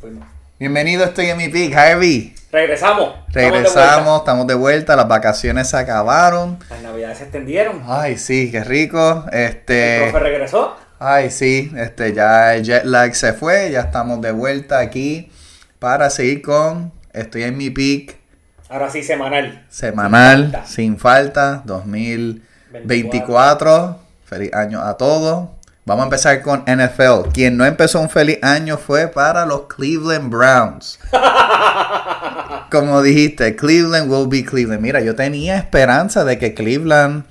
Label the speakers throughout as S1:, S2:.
S1: Pues no.
S2: Bienvenido, estoy en mi pick, Harvey.
S1: Regresamos. Estamos de
S2: Regresamos, estamos de vuelta, las vacaciones se acabaron.
S1: vuelta. Las navidades se extendieron.
S2: Ay, sí, qué rico.
S1: El profe
S2: Este,
S1: regresó.
S2: ay, sí, este ya el jet lag se fue, ya estamos de vuelta aquí para seguir con Estoy en mi pick
S1: Ahora sí, semanal.
S2: semanal
S1: falta.
S2: sin falta 2024. Feliz año a todos. Vamos a empezar con NFL. Quien no empezó un feliz año fue para los Cleveland Browns. Como dijiste, Cleveland will be Cleveland. Mira, yo tenía esperanza de que Cleveland,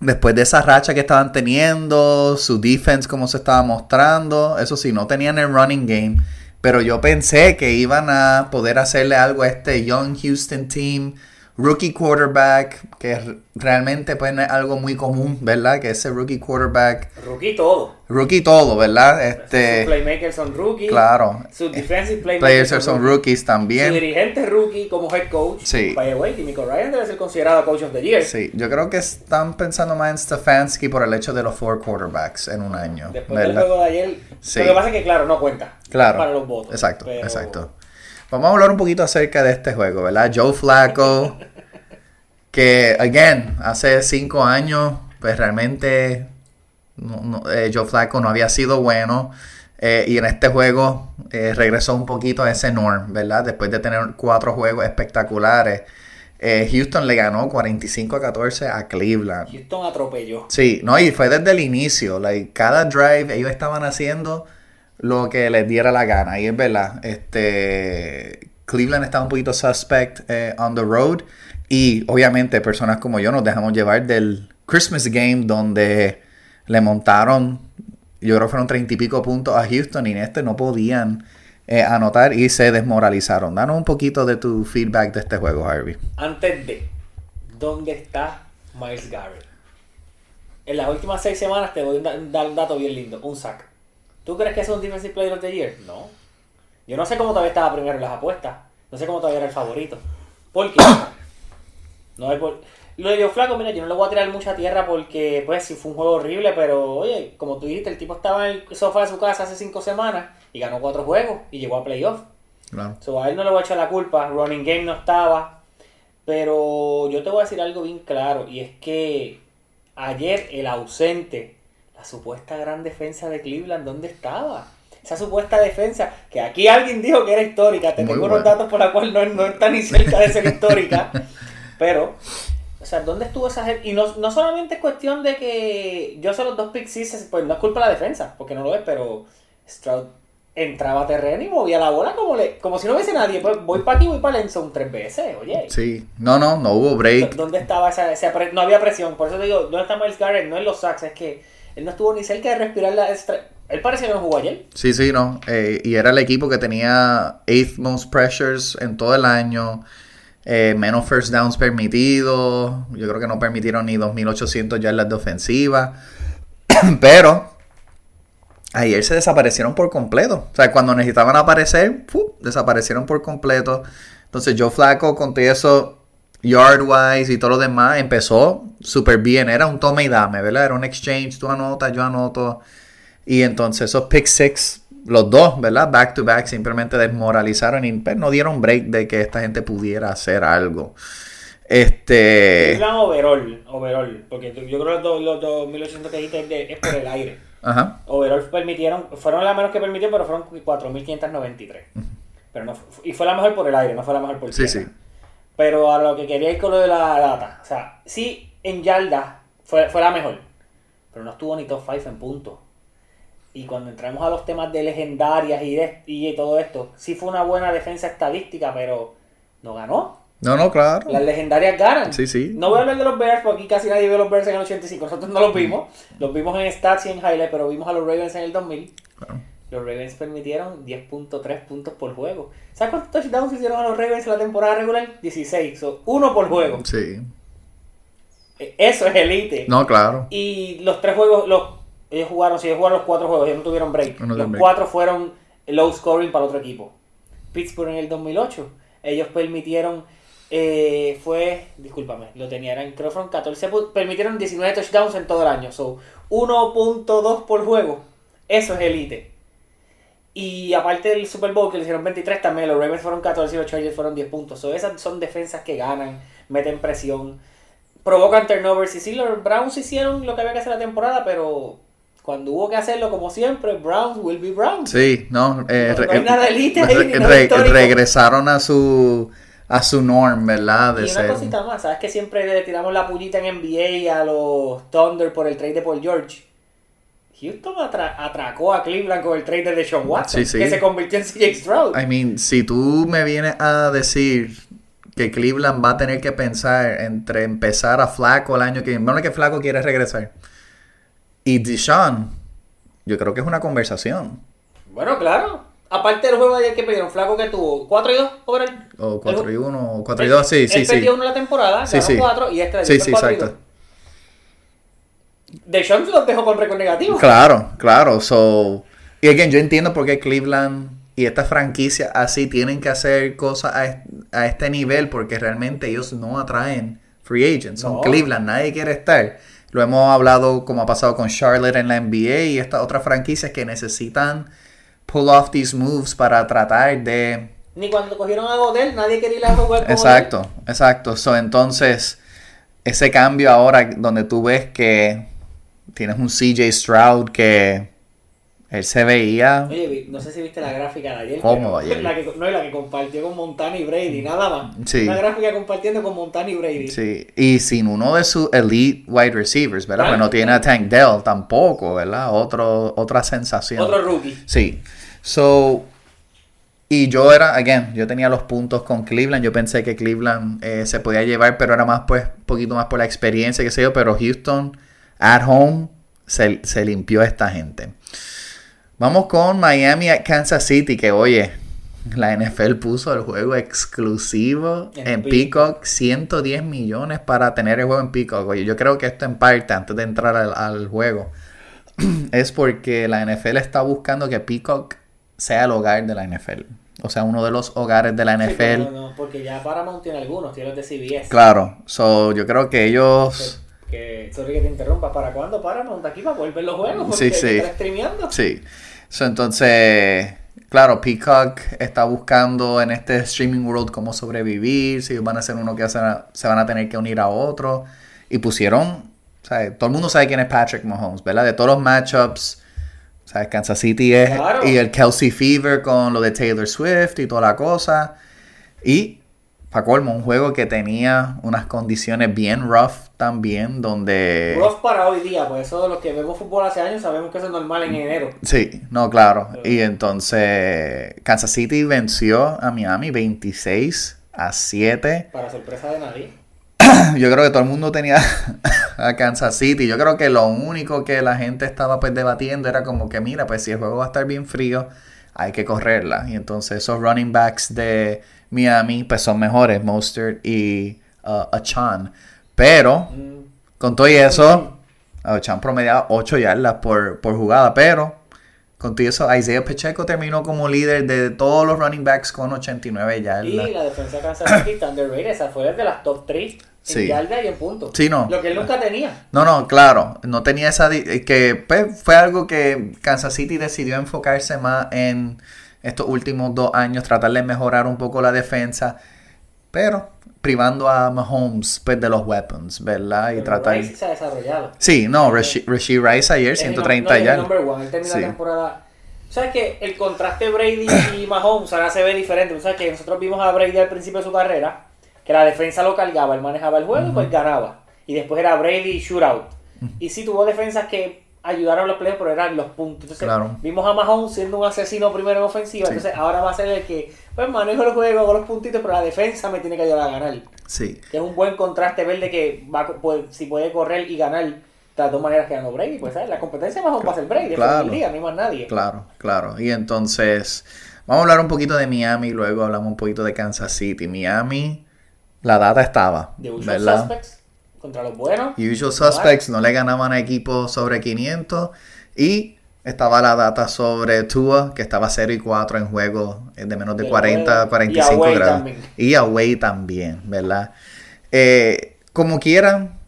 S2: después de esa racha que estaban teniendo, su defense como se estaba mostrando, eso sí, no tenían el running game. Pero yo pensé que iban a poder hacerle algo a este Young Houston Team, rookie quarterback, que r- realmente pues, no es algo muy común, ¿verdad? Que ese rookie quarterback,
S1: Rookie todo.
S2: rookie todo, ¿verdad?
S1: Sus
S2: Este,
S1: playmakers son rookie.
S2: claro. Eh,
S1: Sus defensive playmakers
S2: Players son rookies
S1: Su
S2: también.
S1: dirigente es rookie como head coach.
S2: Sí.
S1: By the way, Kimiko Ryan debe ser considerado coach of the year.
S2: Sí, yo creo que están pensando más en Stefanski por el hecho de los four quarterbacks en un año.
S1: Después del
S2: ¿verdad?
S1: juego de ayer.
S2: Sí.
S1: Lo que pasa es que, claro, no cuenta.
S2: Claro.
S1: Para los votos.
S2: Exacto,
S1: Pero-
S2: exacto. Vamos a hablar un poquito acerca de este juego, ¿verdad? Joe Flacco, que, again, hace cinco años, pues realmente no- no, eh, Joe Flacco no había sido bueno. eh, y en este juego eh, regresó un poquito a ese norm, ¿verdad? Después de tener cuatro juegos espectaculares. eh, Houston le ganó 45 a 14 a Cleveland.
S1: Houston atropelló.
S2: Sí, no, y fue desde el inicio. like, cada drive ellos estaban haciendo lo que les diera la gana. Y es verdad. Este, Cleveland estaba un poquito suspect eh, on the road. Y obviamente personas como yo nos dejamos llevar del Christmas game donde le montaron, yo creo que fueron treinta y pico puntos a Houston y en este no podían eh, anotar y se desmoralizaron. Danos un poquito de tu feedback de este juego, Harvey.
S1: Antes de, ¿dónde está Miles Garrett? En las últimas seis semanas te voy a da- dar un dato bien lindo, un sack. ¿Tú crees que es un Defensive Player of the Year? No. Yo no sé cómo todavía estaba primero en las apuestas. No sé cómo todavía era el favorito. ¿Por qué? No hay por... Lo de Joe Flaco, mira, yo no le voy a tirar mucha tierra porque, pues, sí fue un juego horrible, pero, oye, como tú dijiste, el tipo estaba en el sofá de su casa hace cinco semanas y ganó cuatro juegos y llegó a playoff.
S2: Claro.
S1: So, a él no le voy a echar la culpa, Running Game no estaba. Pero yo te voy a decir algo bien claro, y es que ayer el ausente, la supuesta gran defensa de Cleveland, ¿dónde estaba? Esa supuesta defensa, que aquí alguien dijo que era histórica, te
S2: Muy
S1: tengo
S2: bueno.
S1: unos datos por la cual no, no está ni cerca de ser histórica, pero, o sea, ¿dónde estuvo esa gente? Y no, no solamente es cuestión de que yo solo dos pick sixes, pues no es culpa de la defensa, porque no lo es, pero Stroud entraba a terreno y movía la bola como, le, como si no hubiese nadie, pues voy para aquí, voy para Lenson tres veces, oye.
S2: Sí. No, no, no hubo break.
S1: ¿Dónde estaba esa, esa pre- No había presión. Por eso te digo, ¿dónde está Miles Garrett? No en los sacks. Es que él no estuvo ni cerca de respirar la extra. Él parece que no jugó ayer.
S2: Sí, sí, no. Eh, y era el equipo que tenía eighth most pressures en todo el año, eh, menos first downs permitidos. Yo creo que no permitieron ni 2.800 yardas de ofensiva. Pero ayer se desaparecieron por completo. O sea, cuando necesitaban aparecer, ¡fu! desaparecieron por completo. Entonces, Joe Flaco, con todo eso, yard wise y todo lo demás, empezó súper bien. Era un tome y dame, ¿verdad? Era un exchange. Tú anotas, yo anoto. Y entonces esos pick six, los dos, ¿verdad? Back to back, simplemente desmoralizaron y pues, no dieron break de que esta gente pudiera hacer algo. Este.
S1: Cleveland overall, overall. Porque tú- yo creo que los, los 2800 que dijiste es, de- es por el aire.
S2: Ajá.
S1: Overall permitieron, fueron la menos que permitió, pero fueron 4593. Pero no, fu- y fue la mejor por el aire, no fue la mejor por
S2: Sí,
S1: tierra.
S2: sí.
S1: Pero a lo que quería ir con lo de la data. O sea, sí, en yardas fue, fue la mejor. Pero no estuvo ni top 5 en puntos. Y cuando entramos a los temas de legendarias y, de, y todo esto, sí fue una buena defensa estadística, pero no ganó.
S2: No, no, claro.
S1: Las legendarias ganan.
S2: Sí, sí.
S1: No voy a hablar de los Bears, porque aquí casi nadie vio los Bears en el 85. Nosotros no
S2: Mm.
S1: los vimos. Los vimos en stats y en highlights, pero vimos a los Ravens en el 2000.
S2: Claro.
S1: Los Ravens permitieron 10.3 puntos por juego. ¿Sabes cuántos touchdowns hicieron a los Ravens en la temporada regular? 16. So, uno por juego.
S2: Sí.
S1: Eh, Eso es elite.
S2: Mm. No, claro.
S1: Y los tres juegos, los, ellos jugaron, si ellos jugaron los cuatro juegos, ellos no tuvieron break.
S2: No
S1: los
S2: tuvieron break.
S1: cuatro fueron low scoring para el otro equipo. Pittsburgh en el 2008, ellos permitieron, eh, fue, discúlpame, lo tenía, eran, creo que fueron 14, pu- permitieron 19 touchdowns en todo el año. So, 1.2 por juego, eso es elite. Y aparte del Super Bowl que le hicieron 23 también, los Ravens fueron 14 y los Chargers fueron 10 puntos. So, esas son defensas que ganan, meten presión, provocan turnovers. Y sí, los Browns hicieron lo que había que hacer la temporada, pero cuando hubo que hacerlo, como siempre, Browns will be Browns.
S2: Sí, no. eh,
S1: No, no
S2: re-
S1: hay nada elite ahí,
S2: re-
S1: ni nada
S2: re-
S1: histórico.
S2: regresaron a su a su norm, ¿verdad?
S1: Y
S2: De
S1: una
S2: ser-
S1: cosita más, ¿sabes que siempre le tiramos la puñita en NBA a los Thunder por el trade de Paul George? Houston atra- atracó a Cleveland con el trade de Deshaun Watson,
S2: Sí, sí.
S1: que se convirtió en CJ Stroud.
S2: I mean, si tú me vienes a decir que Cleveland va a tener que pensar entre empezar a Flaco el año que viene, bueno, que Flaco quiere regresar, y Deshaun, yo creo que es una conversación.
S1: Bueno, claro. Aparte del juego de ayer que perdieron, flaco que tuvo 4 y 2 por el...
S2: O 4 y 1, o 4 y 2, sí, sí,
S1: él
S2: sí.
S1: perdió uno la temporada,
S2: Sí,
S1: ganó
S2: sí.
S1: 4 y este le
S2: Sí,
S1: dio
S2: sí,
S1: 4 y 2.
S2: exacto.
S1: Deshaun los dejó con récord negativo.
S2: Claro, claro. So, y again, yo entiendo por qué Cleveland y estas franquicias así tienen que hacer cosas a, est- a este nivel porque realmente ellos no atraen free agents. Son
S1: No.
S2: Cleveland, nadie quiere estar. Lo hemos hablado como ha pasado con Charlotte en la NBA y estas otras franquicias que necesitan pull off these moves para tratar de
S1: Ni cuando cogieron a Godel, nadie quería ir a jugar con
S2: Exacto, exacto. So, entonces, ese cambio ahora donde tú ves que tienes un CJ Stroud que él se veía.
S1: Godel. Oye, vi- no sé si viste la gráfica de ayer.
S2: ¿Cómo
S1: pero-
S2: de ayer? Mm,
S1: La que, no, la que compartió con Montana y Brady, nada más.
S2: Sí.
S1: Una gráfica compartiendo con Montana y Brady.
S2: Sí, y sin uno de sus elite wide receivers, ¿verdad?
S1: Claro.
S2: Pues no tiene a Tank Dell tampoco, ¿verdad? Otro, otra sensación.
S1: Otro rookie.
S2: Sí. So, y yo era, again, yo tenía los puntos con Cleveland. Yo pensé que Cleveland eh, se podía llevar, pero era más, pues, un poquito más por la experiencia, qué sé yo. Pero Houston, at home, se, se limpió a esta gente. Vamos con Miami at Kansas City, que oye, la NFL puso el juego exclusivo
S1: En
S2: en
S1: Peacock.
S2: Peacock, 110 millones para tener el juego en Peacock. Oye, yo creo que esto en parte, antes de entrar al- al juego, es porque la NFL está buscando que Peacock sea el hogar de la NFL. O sea, uno de los hogares de la
S1: Sí, pero
S2: NFL.
S1: no, no, porque ya Paramount tiene algunos, tiene los de CBS.
S2: Claro, so, yo creo que ellos...
S1: Que, sorry que te interrumpa, ¿para cuándo Paramount aquí va a volver los juegos? Porque
S2: Sí, sí.
S1: está streameando.
S2: Sí. So, entonces, claro, Peacock está buscando en este streaming world cómo sobrevivir, si van a ser uno que se, se van a tener que unir a otro. Y pusieron, o sea, todo el mundo sabe quién es Patrick Mahomes, ¿verdad? De todos los matchups. O sea, Kansas City es,
S1: Claro.
S2: y el Kelsey Fever con lo de Taylor Swift y toda la cosa. Y, para colmo, un juego que tenía unas condiciones bien rough también, donde...
S1: Rough para hoy día, pues eso de los que vemos fútbol hace años sabemos que eso es normal en
S2: Mm.
S1: enero.
S2: Sí, no, claro. Y entonces, Kansas City venció a Miami 26 a 7.
S1: Para sorpresa de nadie.
S2: Yo creo que todo el mundo tenía a Kansas City. Yo creo que lo único que la gente estaba pues debatiendo era como que, mira, pues si el juego va a estar bien frío, hay que correrla. Y entonces esos running backs de Miami pues son mejores, Mostert y uh, Achan. Pero,
S1: Mm,
S2: con todo y eso, Ochan promediaba 8 yardas por, por jugada, pero con todo y eso, Isaiah Pacheco terminó como líder de todos los running backs con 89
S1: Y
S2: yardas.
S1: la defensa de Kansas City está underrated, esa fue de las top 3 en
S2: Sí.
S1: yarda y en punto.
S2: Sí, no.
S1: Lo que él nunca tenía.
S2: No, no, claro, no tenía esa... di- eh, que pues, fue algo que Kansas City decidió enfocarse más en estos últimos dos años, tratar de mejorar un poco la defensa, pero privando a Mahomes pues, de los weapons, ¿verdad? Y
S1: Pero
S2: tratar...
S1: Rice se ha desarrollado.
S2: Sí, no, Rashi- Rasheed Rice ayer,
S1: Es el
S2: 130
S1: no- no, es el
S2: yardas.
S1: number one, él termina
S2: Sí.
S1: la temporada. ¿Sabes que El contraste Brady y Mahomes ahora se ve diferente. O sea que nosotros vimos a Brady al principio de su carrera, que la defensa lo cargaba, él manejaba el juego y pues ganaba. Y después era Brady y shootout. Y sí tuvo defensas que ayudaron a los playoffs, pero eran los puntos. Entonces
S2: Claro.
S1: vimos a Mahomes siendo un asesino primero en ofensiva.
S2: Sí.
S1: Entonces ahora va a ser el que, pues manejo el juego, hago los puntitos, pero la defensa me tiene que ayudar a ganar.
S2: Sí.
S1: Que es un buen contraste ver de que va, a co- puede- si puede correr y ganar de las dos maneras que ganó Brady. Pues ¿sabes? la competencia más va a ser Brady.
S2: Claro.
S1: Claro. Día, no hay más nadie.
S2: Claro, claro. Y entonces, vamos a hablar un poquito de Miami, luego hablamos un poquito de Kansas City. Miami, la data estaba,
S1: De usual
S2: ¿verdad?
S1: suspects contra los buenos.
S2: Usual Suspects no le ganaban a equipos sobre 500 y estaba la data sobre Tua, que estaba 0 y 4 en juegos eh, de menos de
S1: Del
S2: 40,
S1: juego.
S2: 45
S1: Y away
S2: grados.
S1: también.
S2: Y away también, ¿verdad? Eh, como quieran,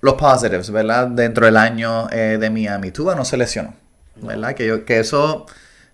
S2: los positives, ¿verdad? Dentro del año eh, de Miami. Tua no se lesionó. ¿verdad? Que, yo, que eso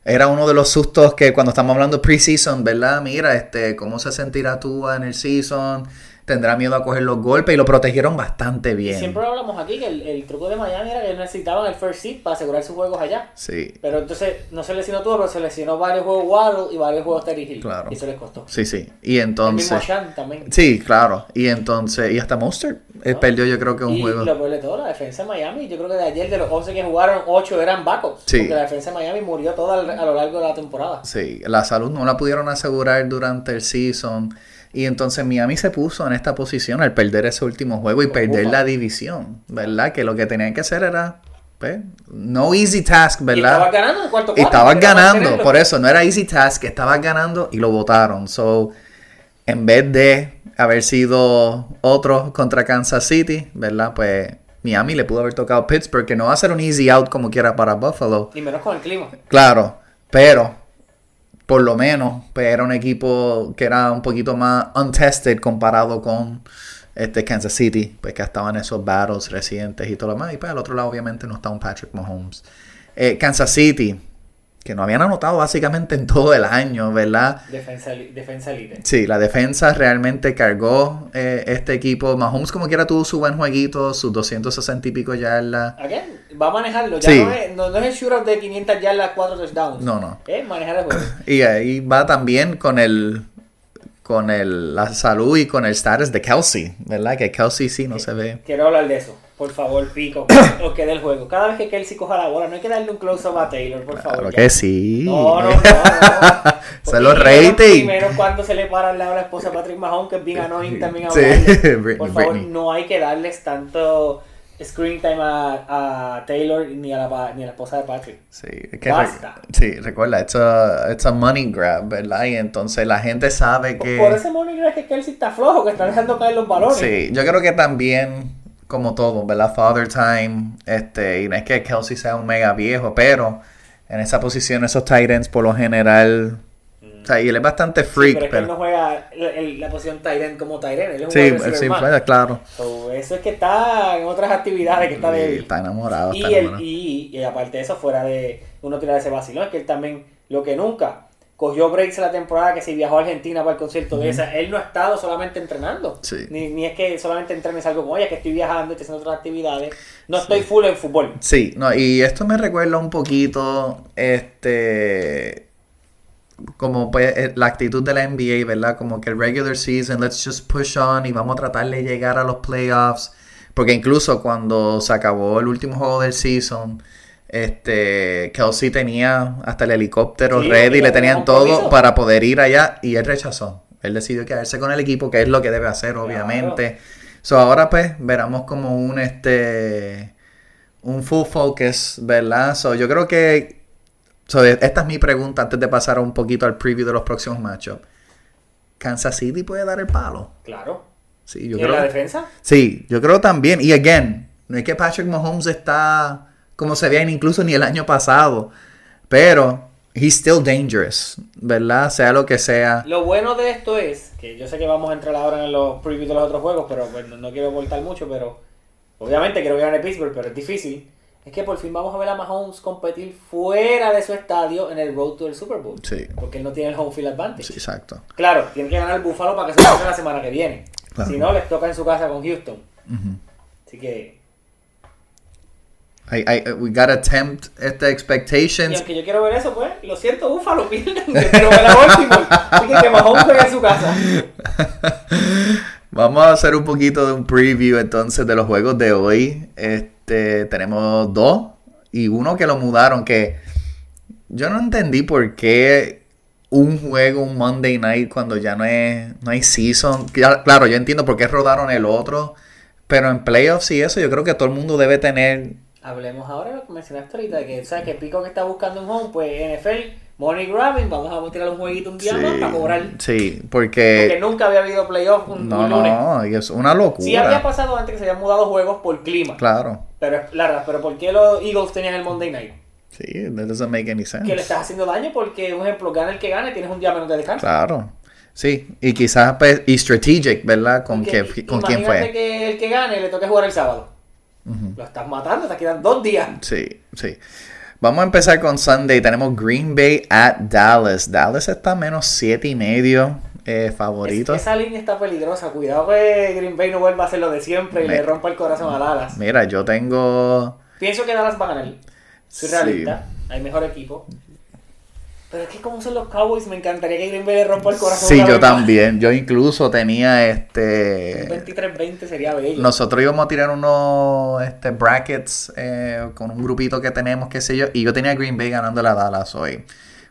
S2: era uno de los sustos que cuando estamos hablando pre-season, ¿verdad? Mira, este, ¿cómo se sentirá Tua en el season? ¿Tendrá miedo a coger los golpes? Y lo protegieron bastante bien.
S1: Siempre hablamos aquí que el, el truco de Miami era que necesitaban el first seed para asegurar sus juegos allá.
S2: Sí.
S1: Pero entonces no se lesionó todo, pero se lesionó varios juegos Waddle y varios juegos Terry Hill.
S2: Claro.
S1: Y eso les costó.
S2: Sí, sí. Y
S1: El mismo
S2: entonces.
S1: Shan también.
S2: Sí, claro. Y entonces. Y hasta Monster
S1: No.
S2: perdió, yo creo que un
S1: Ah. y
S2: juego.
S1: lo peor de todo, la defensa de Miami, yo creo que de ayer de los 11 que jugaron, 8 eran backups.
S2: Sí.
S1: Porque la defensa de Miami murió toda al- a lo largo de la temporada.
S2: Sí, la salud no la pudieron asegurar durante el season. Y entonces Miami se puso en esta posición al perder ese último juego y
S1: Con
S2: perder
S1: Buffalo.
S2: la división, ¿verdad? Que lo que tenían que hacer era, pues, no easy task,
S1: Y estabas
S2: ¿verdad?
S1: ganando en el cuarto
S2: Y
S1: cuarto.
S2: estabas
S1: quería
S2: ganando,
S1: mantenerlo.
S2: por eso no era easy task, estabas ganando y lo votaron. So, en vez de haber sido otro contra Kansas City, ¿verdad? Pues Miami le pudo haber tocado Pittsburgh, que no va a ser un easy out como quiera para Buffalo.
S1: Y menos con el clima.
S2: Claro, pero por lo menos pues, era un equipo que era un poquito más untested comparado con este Kansas City, pues que estaban esos battles recientes y todo lo demás. Y pues al otro lado obviamente no está un Patrick Mahomes. Eh, Kansas City, que no habían anotado básicamente en todo el año, ¿verdad?
S1: Defensa, li- defensa líder.
S2: Sí, la defensa realmente cargó eh, este equipo. Mahomes como quiera tuvo su buen jueguito, sus 260 y pico yardas.
S1: Again, va a manejarlo. Ya
S2: Sí.
S1: no, es, no, no es el shootout de 500 yardas, 4 touchdowns.
S2: No, no.
S1: Es manejar el juego.
S2: Y ahí va también con el con el, la salud y con el status de Kelsey, ¿verdad? Que Kelsey sí no se ve.
S1: Quiero hablar de eso. Por favor, pico. o que del juego. Cada vez que Kelsey coja la bola, no hay que darle un close-up a Taylor, por
S2: Claro
S1: favor.
S2: que
S1: ya.
S2: sí.
S1: No, no, no. no.
S2: Son los
S1: Y menos-
S2: rating.
S1: Y menos cuando se le para al lado a la esposa de Patrick Mahomes, que es bien annoying también.
S2: Sí,
S1: hablarle.
S2: Britney,
S1: Por favor,
S2: Britney.
S1: no hay que darles tanto screen time a, a Taylor ni a, la, pa- ni a la esposa de Patrick.
S2: Sí, es que
S1: Basta.
S2: sí, recuerda, it's a, it's a money grab, ¿verdad? Y entonces la gente sabe que...
S1: Por ese ¿eh? monitor es que Kelsey está flojo, que está dejando caer los balones.
S2: Sí, yo creo que también, como todo, ¿verdad? Father Time, este, y no es que Kelsey sea un mega viejo, pero en esa posición esos tight ends por lo general... O sea, y él es bastante freak,
S1: Mm. pero es que él
S2: pero...
S1: no juega el- el- la posición Tyren como Tyren, él es un
S2: Sí,
S1: wide
S2: él
S1: receiver
S2: sí,
S1: más.
S2: bueno, claro.
S1: So, eso es que está en otras actividades que está
S2: Sí,
S1: débil.
S2: Está enamorado,
S1: Y,
S2: está
S1: el,
S2: enamorado.
S1: y, y aparte de eso, fuera de uno tirar ese vacilón, es que él también, lo que nunca, cogió breaks la temporada que se viajó a Argentina para el concierto de esa. Él no ha estado solamente entrenando.
S2: Sí.
S1: Ni, ni es que solamente entrenes algo como, oye, que estoy viajando, estoy haciendo otras actividades. No estoy full en fútbol.
S2: Sí, no, y esto me recuerda un poquito, este, como pues, eh, la actitud de la NBA, ¿verdad? Como que el regular season, let's just push on y vamos a tratar de llegar a los playoffs. Porque incluso cuando se acabó el último juego del season, este, Kelsey tenía hasta el helicóptero
S1: Sí,
S2: ready,
S1: tenía
S2: le
S1: un
S2: tenían todo
S1: compromiso.
S2: para poder ir allá y él rechazó. Él decidió quedarse con el equipo, que es lo que debe hacer, obviamente. So, ahora pues, veramos como un, este un full focus, ¿verdad? So, yo creo que. so, e, esta es mi pregunta antes de pasar un poquito al preview de los próximos matchups. ¿Kansas City puede dar el palo?
S1: Claro.
S2: Sí, yo
S1: ¿Y en la
S2: creo.
S1: defensa?
S2: Sí, yo creo también. Y again, no es que Patrick Mahomes está como se veía incluso ni el año pasado. Pero he's still dangerous, ¿verdad? Sea lo que sea.
S1: Lo bueno de esto es que yo sé que vamos a entrar ahora en los previews de los otros juegos, pero bueno, no quiero voltar mucho, pero obviamente quiero ganar a Pittsburgh, pero es difícil. Es que por fin vamos a ver a Mahomes competir fuera de su estadio en el Road to el Super Bowl.
S2: Sí.
S1: Porque él no tiene el home field advantage.
S2: Sí, exacto.
S1: Claro, tiene que ganar el Buffalo para que se pase la semana que viene.
S2: Claro.
S1: Si no, les toca en su casa con Houston.
S2: Ujú.
S1: Así que,
S2: I- I- we gotta tempt este
S1: y
S2: expectations.
S1: aunque yo quiero ver eso, pues, lo siento, Buffalo pierden. Yo quiero ver a Baltimore. Así que que Mahomes juegue en su casa.
S2: Vamos a hacer un poquito de un preview entonces de los juegos de hoy. Este, tenemos dos y uno que lo mudaron que yo no entendí por qué un juego un Monday Night cuando ya no es no hay season. Ya- Claro, yo entiendo por qué rodaron el otro, pero en playoffs y eso yo creo que todo el mundo debe tener
S1: Hablemos ahora de lo que mencionaste ahorita, de que sabes que Pico que está buscando un home, pues NFL, money grabbing, vamos a tirar un jueguito un día más para cobrar.
S2: sí,
S1: Porque
S2: porque
S1: nunca había habido playoff un,
S2: Eh, no,
S1: un lunes.
S2: no, y es una locura.
S1: Sí había pasado antes que se habían mudado juegos por clima.
S2: Claro.
S1: Pero es larga, pero ¿por qué los Eagles tenían el Monday Night?
S2: Sí, that doesn't make any sense.
S1: Que le estás haciendo daño porque, por ejemplo, gana el que gana y tienes un día menos de descanso.
S2: Claro. Sí, y quizás pues, y strategic, ¿verdad? Con,
S1: Porque
S2: que- con quién
S1: imagínate
S2: fue.
S1: que el que gane le toque jugar el sábado.
S2: Ujú.
S1: Lo estás matando, te quedan dos días.
S2: Sí, sí. Vamos a empezar con Sunday. Tenemos Green Bay at Dallas. Dallas está menos siete y medio eh, favorito.
S1: Es- esa línea está peligrosa. Cuidado que Green Bay no vuelva a hacer lo de siempre y
S2: Me-
S1: le rompa el corazón a Dallas.
S2: Mira, yo tengo.
S1: Pienso que Dallas va a ganar. Soy
S2: Sí.
S1: realista. Hay mejor equipo. Pero es que como son los Cowboys, me encantaría que Green Bay le rompa el corazón.
S2: Sí,
S1: a
S2: yo
S1: Dallas.
S2: también. Yo incluso tenía
S1: Un
S2: este.
S1: 23-20 sería bello.
S2: Nosotros íbamos a tirar unos este, brackets eh, con un grupito que tenemos, qué sé yo, y yo tenía a Green Bay ganando la Dallas hoy.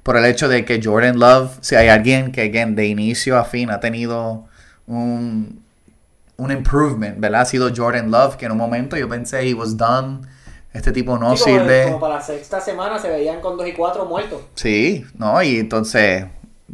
S2: Por el hecho de que Jordan Love, si hay alguien que, again, de inicio a fin ha tenido un, un improvement, ¿verdad? Ha sido Jordan Love, que en un momento yo pensé, he was done, este tipo no
S1: Sí, como-
S2: sirve.
S1: Como para la sexta semana se veían con 2 y 4 muertos.
S2: Sí, no, y entonces,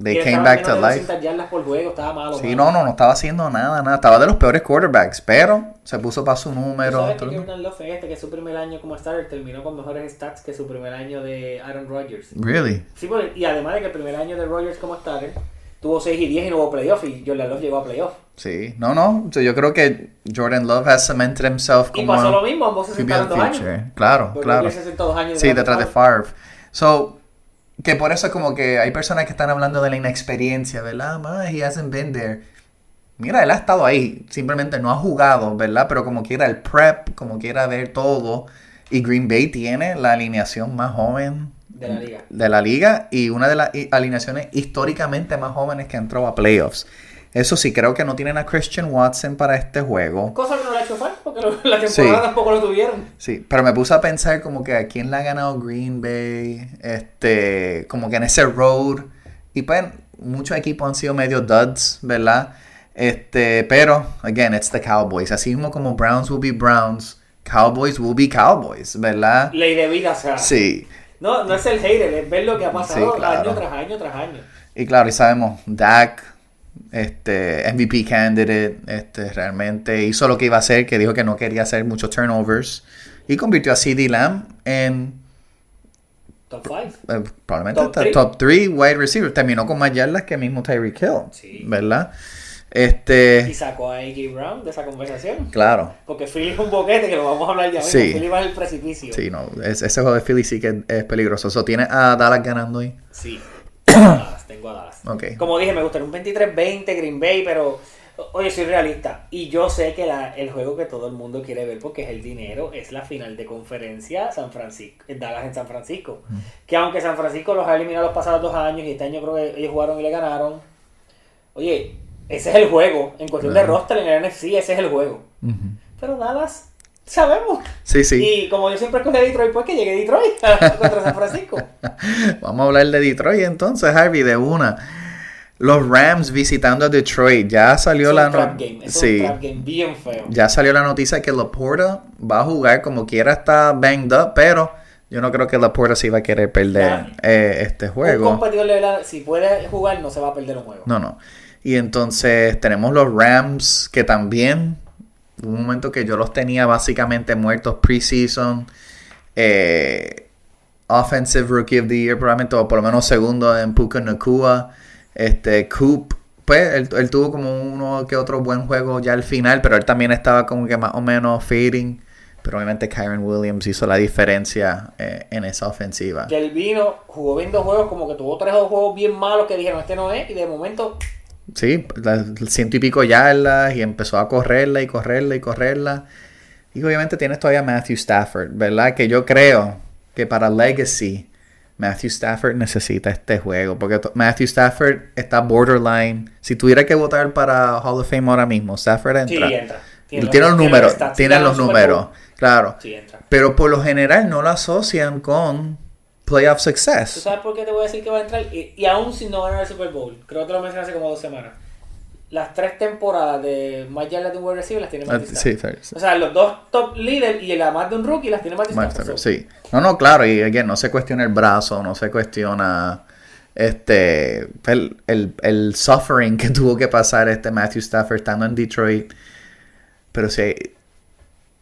S2: they
S1: Y
S2: came
S1: estaban
S2: back to
S1: menos de
S2: life.
S1: 200 yardas por juego, estaba malo.
S2: Sí,
S1: malo.
S2: no, no, no estaba haciendo nada, nada. Estaba de los peores quarterbacks, pero se puso para su número.
S1: Tú sabes
S2: todo
S1: que
S2: el-
S1: Jordan Love en este, que es su primer año como starter, terminó con mejores stats que su primer año de Aaron Rodgers.
S2: Really?
S1: Sí, porque- y además de que el primer año de Rodgers como starter, tuvo 6 y 10 y no hubo playoff, y Jordan Love llegó a playoff.
S2: Sí, no, no. Yo, yo creo que Jordan Love has cemented himself
S1: Y
S2: como
S1: pasó lo mismo, ambos se
S2: QB
S1: sentaron dos años.
S2: future. Claro,
S1: Porque
S2: claro.
S1: Rodgers se sentó dos años
S2: Sí, detrás
S1: detrás
S2: de
S1: Favre.
S2: Favre. So, que por eso es como que hay personas que están hablando de la inexperiencia, ¿verdad? Ma, he hasn't been there. Mira, él ha estado ahí, simplemente no ha jugado, ¿verdad? Pero como quiera el prep, como quiera ver todo. Y Green Bay tiene la alineación más joven
S1: De la liga.
S2: de la liga y una de las i- alineaciones históricamente más jóvenes que entró a playoffs. Eso sí, creo que no tienen a Christian Watson para este juego.
S1: Cosa que no le ha hecho falta, porque lo- la temporada
S2: Sí.
S1: tampoco lo tuvieron.
S2: Sí, pero me puse a pensar como que a quién le ha ganado Green Bay, este, como que en ese road. Y pues muchos equipos han sido medio duds, ¿verdad? Este, pero, again, it's the Cowboys. Así mismo como Browns will be Browns, Cowboys will be Cowboys, ¿verdad?
S1: Ley de vida, o sea.
S2: Sí.
S1: No, no es el hater, es ver lo que ha pasado
S2: Sí, claro.
S1: año tras año tras año.
S2: Y claro, y sabemos, Dak, este, MVP candidate, este, realmente hizo lo que iba a hacer, que dijo que no quería hacer muchos turnovers. Y convirtió a CD Lamb en
S1: Top 5.
S2: eh, probablemente
S1: Top
S2: está
S1: three.
S2: top 3 wide receiver. Terminó con más yardas que mismo Tyreek Hill.
S1: Sí.
S2: ¿Verdad?
S1: Y
S2: Este.
S1: sacó a A.J. Brown de esa conversación.
S2: Claro.
S1: Porque Philly es un boquete que lo vamos a hablar ya mismo.
S2: Sí.
S1: Philly va al precipicio.
S2: Sí, no. es- ese juego de Philly sí que es peligroso. So, tiene a Dallas ganando ahí.
S1: Sí. Tengo a Dallas, tengo a Dallas.
S2: Ok.
S1: Como dije, me gustaría un 23-20 Green Bay, pero o- oye, soy realista. Y yo sé que la- el juego que todo el mundo quiere ver, porque es el dinero, es la final de conferencia San Francisco, Dallas en San Francisco.
S2: Mm.
S1: Que aunque San Francisco los ha eliminado los pasados dos años y este año creo que ellos jugaron y le ganaron. Oye, ese es el juego. En cuestión de
S2: Claro.
S1: roster en el NFC, ese es el juego.
S2: Ujú.
S1: Pero Dallas, sabemos.
S2: Sí, sí.
S1: Y como yo siempre escogí a Detroit, pues que llegue a Detroit contra San Francisco.
S2: Vamos a hablar de Detroit entonces, Harvey, de una. Los Rams visitando a Detroit. Ya salió
S1: Es un
S2: la
S1: trap
S2: no-
S1: game, es
S2: Sí.
S1: un trap game bien feo.
S2: Ya salió la noticia que Laporta va a jugar como quiera, está banged up, pero yo no creo que Laporta se iba a querer perder eh, este
S1: Un
S2: juego.
S1: competidor de verdad, si puede jugar, no se va a perder un juego.
S2: No, no. Y entonces tenemos los Rams que también, hubo un momento que yo los tenía básicamente muertos preseason, eh, Offensive Rookie of the Year probablemente, o por lo menos segundo en Puka Nakua, este, Coop. Pues él, él tuvo como uno que otro buen juego ya al final, pero él también estaba como que más o menos fading. Pero obviamente Kyron Williams hizo la diferencia eh, en esa ofensiva.
S1: Que él vino, jugó bien dos juegos, como que tuvo tres o dos juegos bien malos que dijeron, este no es, y de momento,
S2: Sí, las ciento y pico yardas y empezó a correrla y correrla y correrla. Y obviamente tienes todavía a Matthew Stafford, ¿verdad? Que yo creo que para Legacy, Matthew Stafford necesita este juego. Porque to- Matthew Stafford está borderline. Si tuviera que votar para Hall of Fame ahora mismo, Stafford
S1: sí,
S2: entra.
S1: entra.
S2: tiene,
S1: tiene
S2: los números,
S1: stats,
S2: tiene
S1: gana
S2: los
S1: un Super Bowl.
S2: números, claro.
S1: Sí, entra.
S2: Pero por lo general no lo asocian con playoff
S1: ¿Tú
S2: success.
S1: sabes por qué te voy a decir que va a entrar? Y, y aún si no ganar el Super Bowl, creo que te lo mencioné hace como dos semanas. Las tres temporadas de más yardas de un wide receiver las tiene
S2: Ah,
S1: Matthew
S2: Sí,
S1: Stafford.
S2: fair.
S1: O sea, los dos top líderes y la más de un rookie las tiene Matthew
S2: Mark
S1: Stafford.
S2: Zuckerberg, sí. No, no, claro, y again, no se cuestiona el brazo, no se cuestiona este el, el- el suffering que tuvo que pasar este Matthew Stafford estando en Detroit. Pero sí,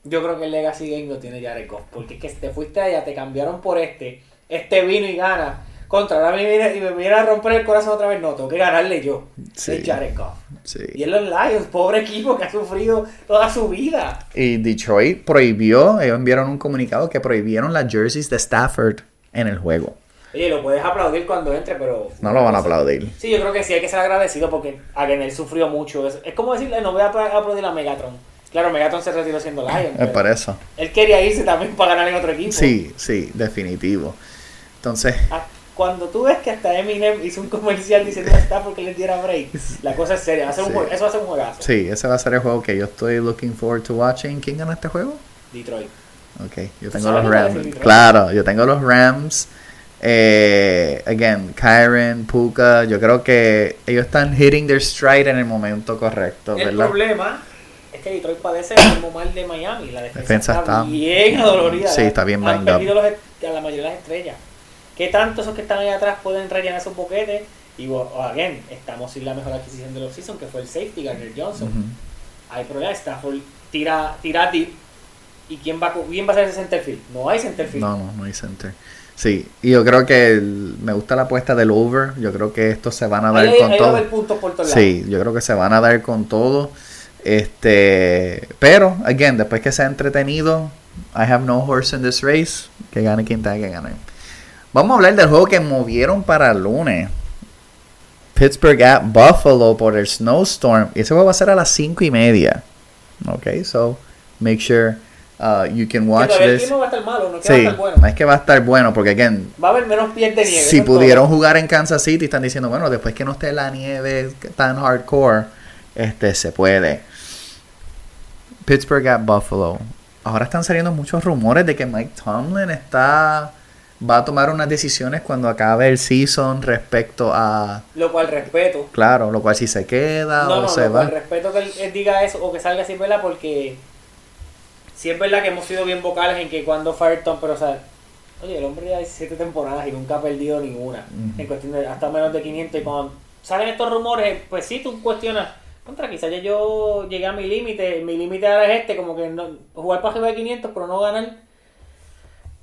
S1: Yo creo que el Legacy Game lo tiene Jared Goff. Porque es que te fuiste allá, te cambiaron por este. Este vino y gana. Contra, ahora me viene, y me viene a romper el corazón otra vez. No, tengo que ganarle yo.
S2: Sí.
S1: Es Jared Goff. Y
S2: sí.
S1: es los Lions, pobre equipo que ha sufrido toda su vida.
S2: Y Detroit prohibió, ellos enviaron un comunicado que prohibieron las jerseys de Stafford en el juego.
S1: Oye, lo puedes aplaudir cuando entre, pero.
S2: No lo van a aplaudir.
S1: Sí, yo creo que sí hay que ser agradecido porque a él sufrió mucho. Es, es como decirle, no voy a apl- aplaudir a Megatron. Claro, Megatron se retiró siendo Lion.
S2: Es
S1: pero
S2: para eso.
S1: él quería irse también para ganar en otro equipo.
S2: Sí, sí, definitivo. Entonces,
S1: Ah, Cuando tú ves que hasta Eminem hizo un comercial diciendo está porque le diera break, la cosa es seria. Va a ser un
S2: Sí.
S1: jue- Eso va a ser un juegazo.
S2: sí, ese va a ser el juego que yo estoy looking forward to watching. ¿Quién gana este juego?
S1: Detroit.
S2: Ok, yo
S1: ¿Tú
S2: tengo
S1: sabes
S2: los
S1: cuál es el
S2: Rams.
S1: Detroit?
S2: Claro, yo tengo los Rams. Eh, again, Kyron, Puka, yo creo que ellos están hitting their stride en el momento correcto,
S1: El
S2: ¿verdad?
S1: problema es que Detroit padece el mismo mal de Miami. La defensa,
S2: Defensa
S1: está,
S2: está-
S1: bien adolorida.
S2: Sí, está bien
S1: Han
S2: banged up.
S1: perdido los est- a la mayoría de las estrellas. ¿Qué tanto esos que están ahí atrás pueden rellenar esos boquetes? Y, bueno, again, estamos sin la mejor adquisición del offseason, que fue el safety, Garner Johnson.
S2: Ujú.
S1: Hay problemas. Stafford tira, tira deep. ¿Y quién va, a cu- quién va a ser ese centerfield? No hay centerfield.
S2: No, no, no hay center. Sí, y yo creo que el- me gusta la apuesta del over. Yo creo que estos se van a dar
S1: Ahí,
S2: con
S1: ahí va a
S2: todo.
S1: haber puntos por todos lados.
S2: Sí, yo creo que se van a dar con todo. Este, pero, again, después que sea entretenido, I have no horse in this race. Que gane quien tenga que ganar. Vamos a hablar del juego que movieron para el lunes. Pittsburgh at Buffalo por el snowstorm. Y ese juego va a ser a las cinco y media. Ok, so make sure uh, you can
S1: Que
S2: watch
S1: todavía el
S2: this.
S1: clima va a estar malo, no es que va a
S2: Sí,
S1: estar bueno.
S2: es que va a estar bueno porque, again,
S1: Va a haber menos pies de nieve. eso
S2: si
S1: es todo.
S2: pudieron jugar en Kansas City, están diciendo, bueno, después que no esté la nieve tan hardcore, este se puede. Pittsburgh at Buffalo. Ahora están saliendo muchos rumores de que Mike Tomlin está va a tomar unas decisiones cuando acabe el season respecto a,
S1: Lo cual respeto.
S2: claro, lo cual si se queda
S1: No,
S2: o
S1: no,
S2: se
S1: no, pues,
S2: va.
S1: con respeto que él, él diga eso o que salga así, ¿verdad? Porque sí es verdad que hemos sido bien vocales en que cuando Firestone, pero o sea, oye, el hombre ya 17 temporadas y nunca ha perdido ninguna,
S2: Ujú.
S1: en cuestión de hasta menos de 500 y cuando salen estos rumores, pues sí, tú cuestionas, contra, quizás ya yo llegué a mi límite, mi límite ahora es este, como que no, jugar para arriba de 500 pero no ganar.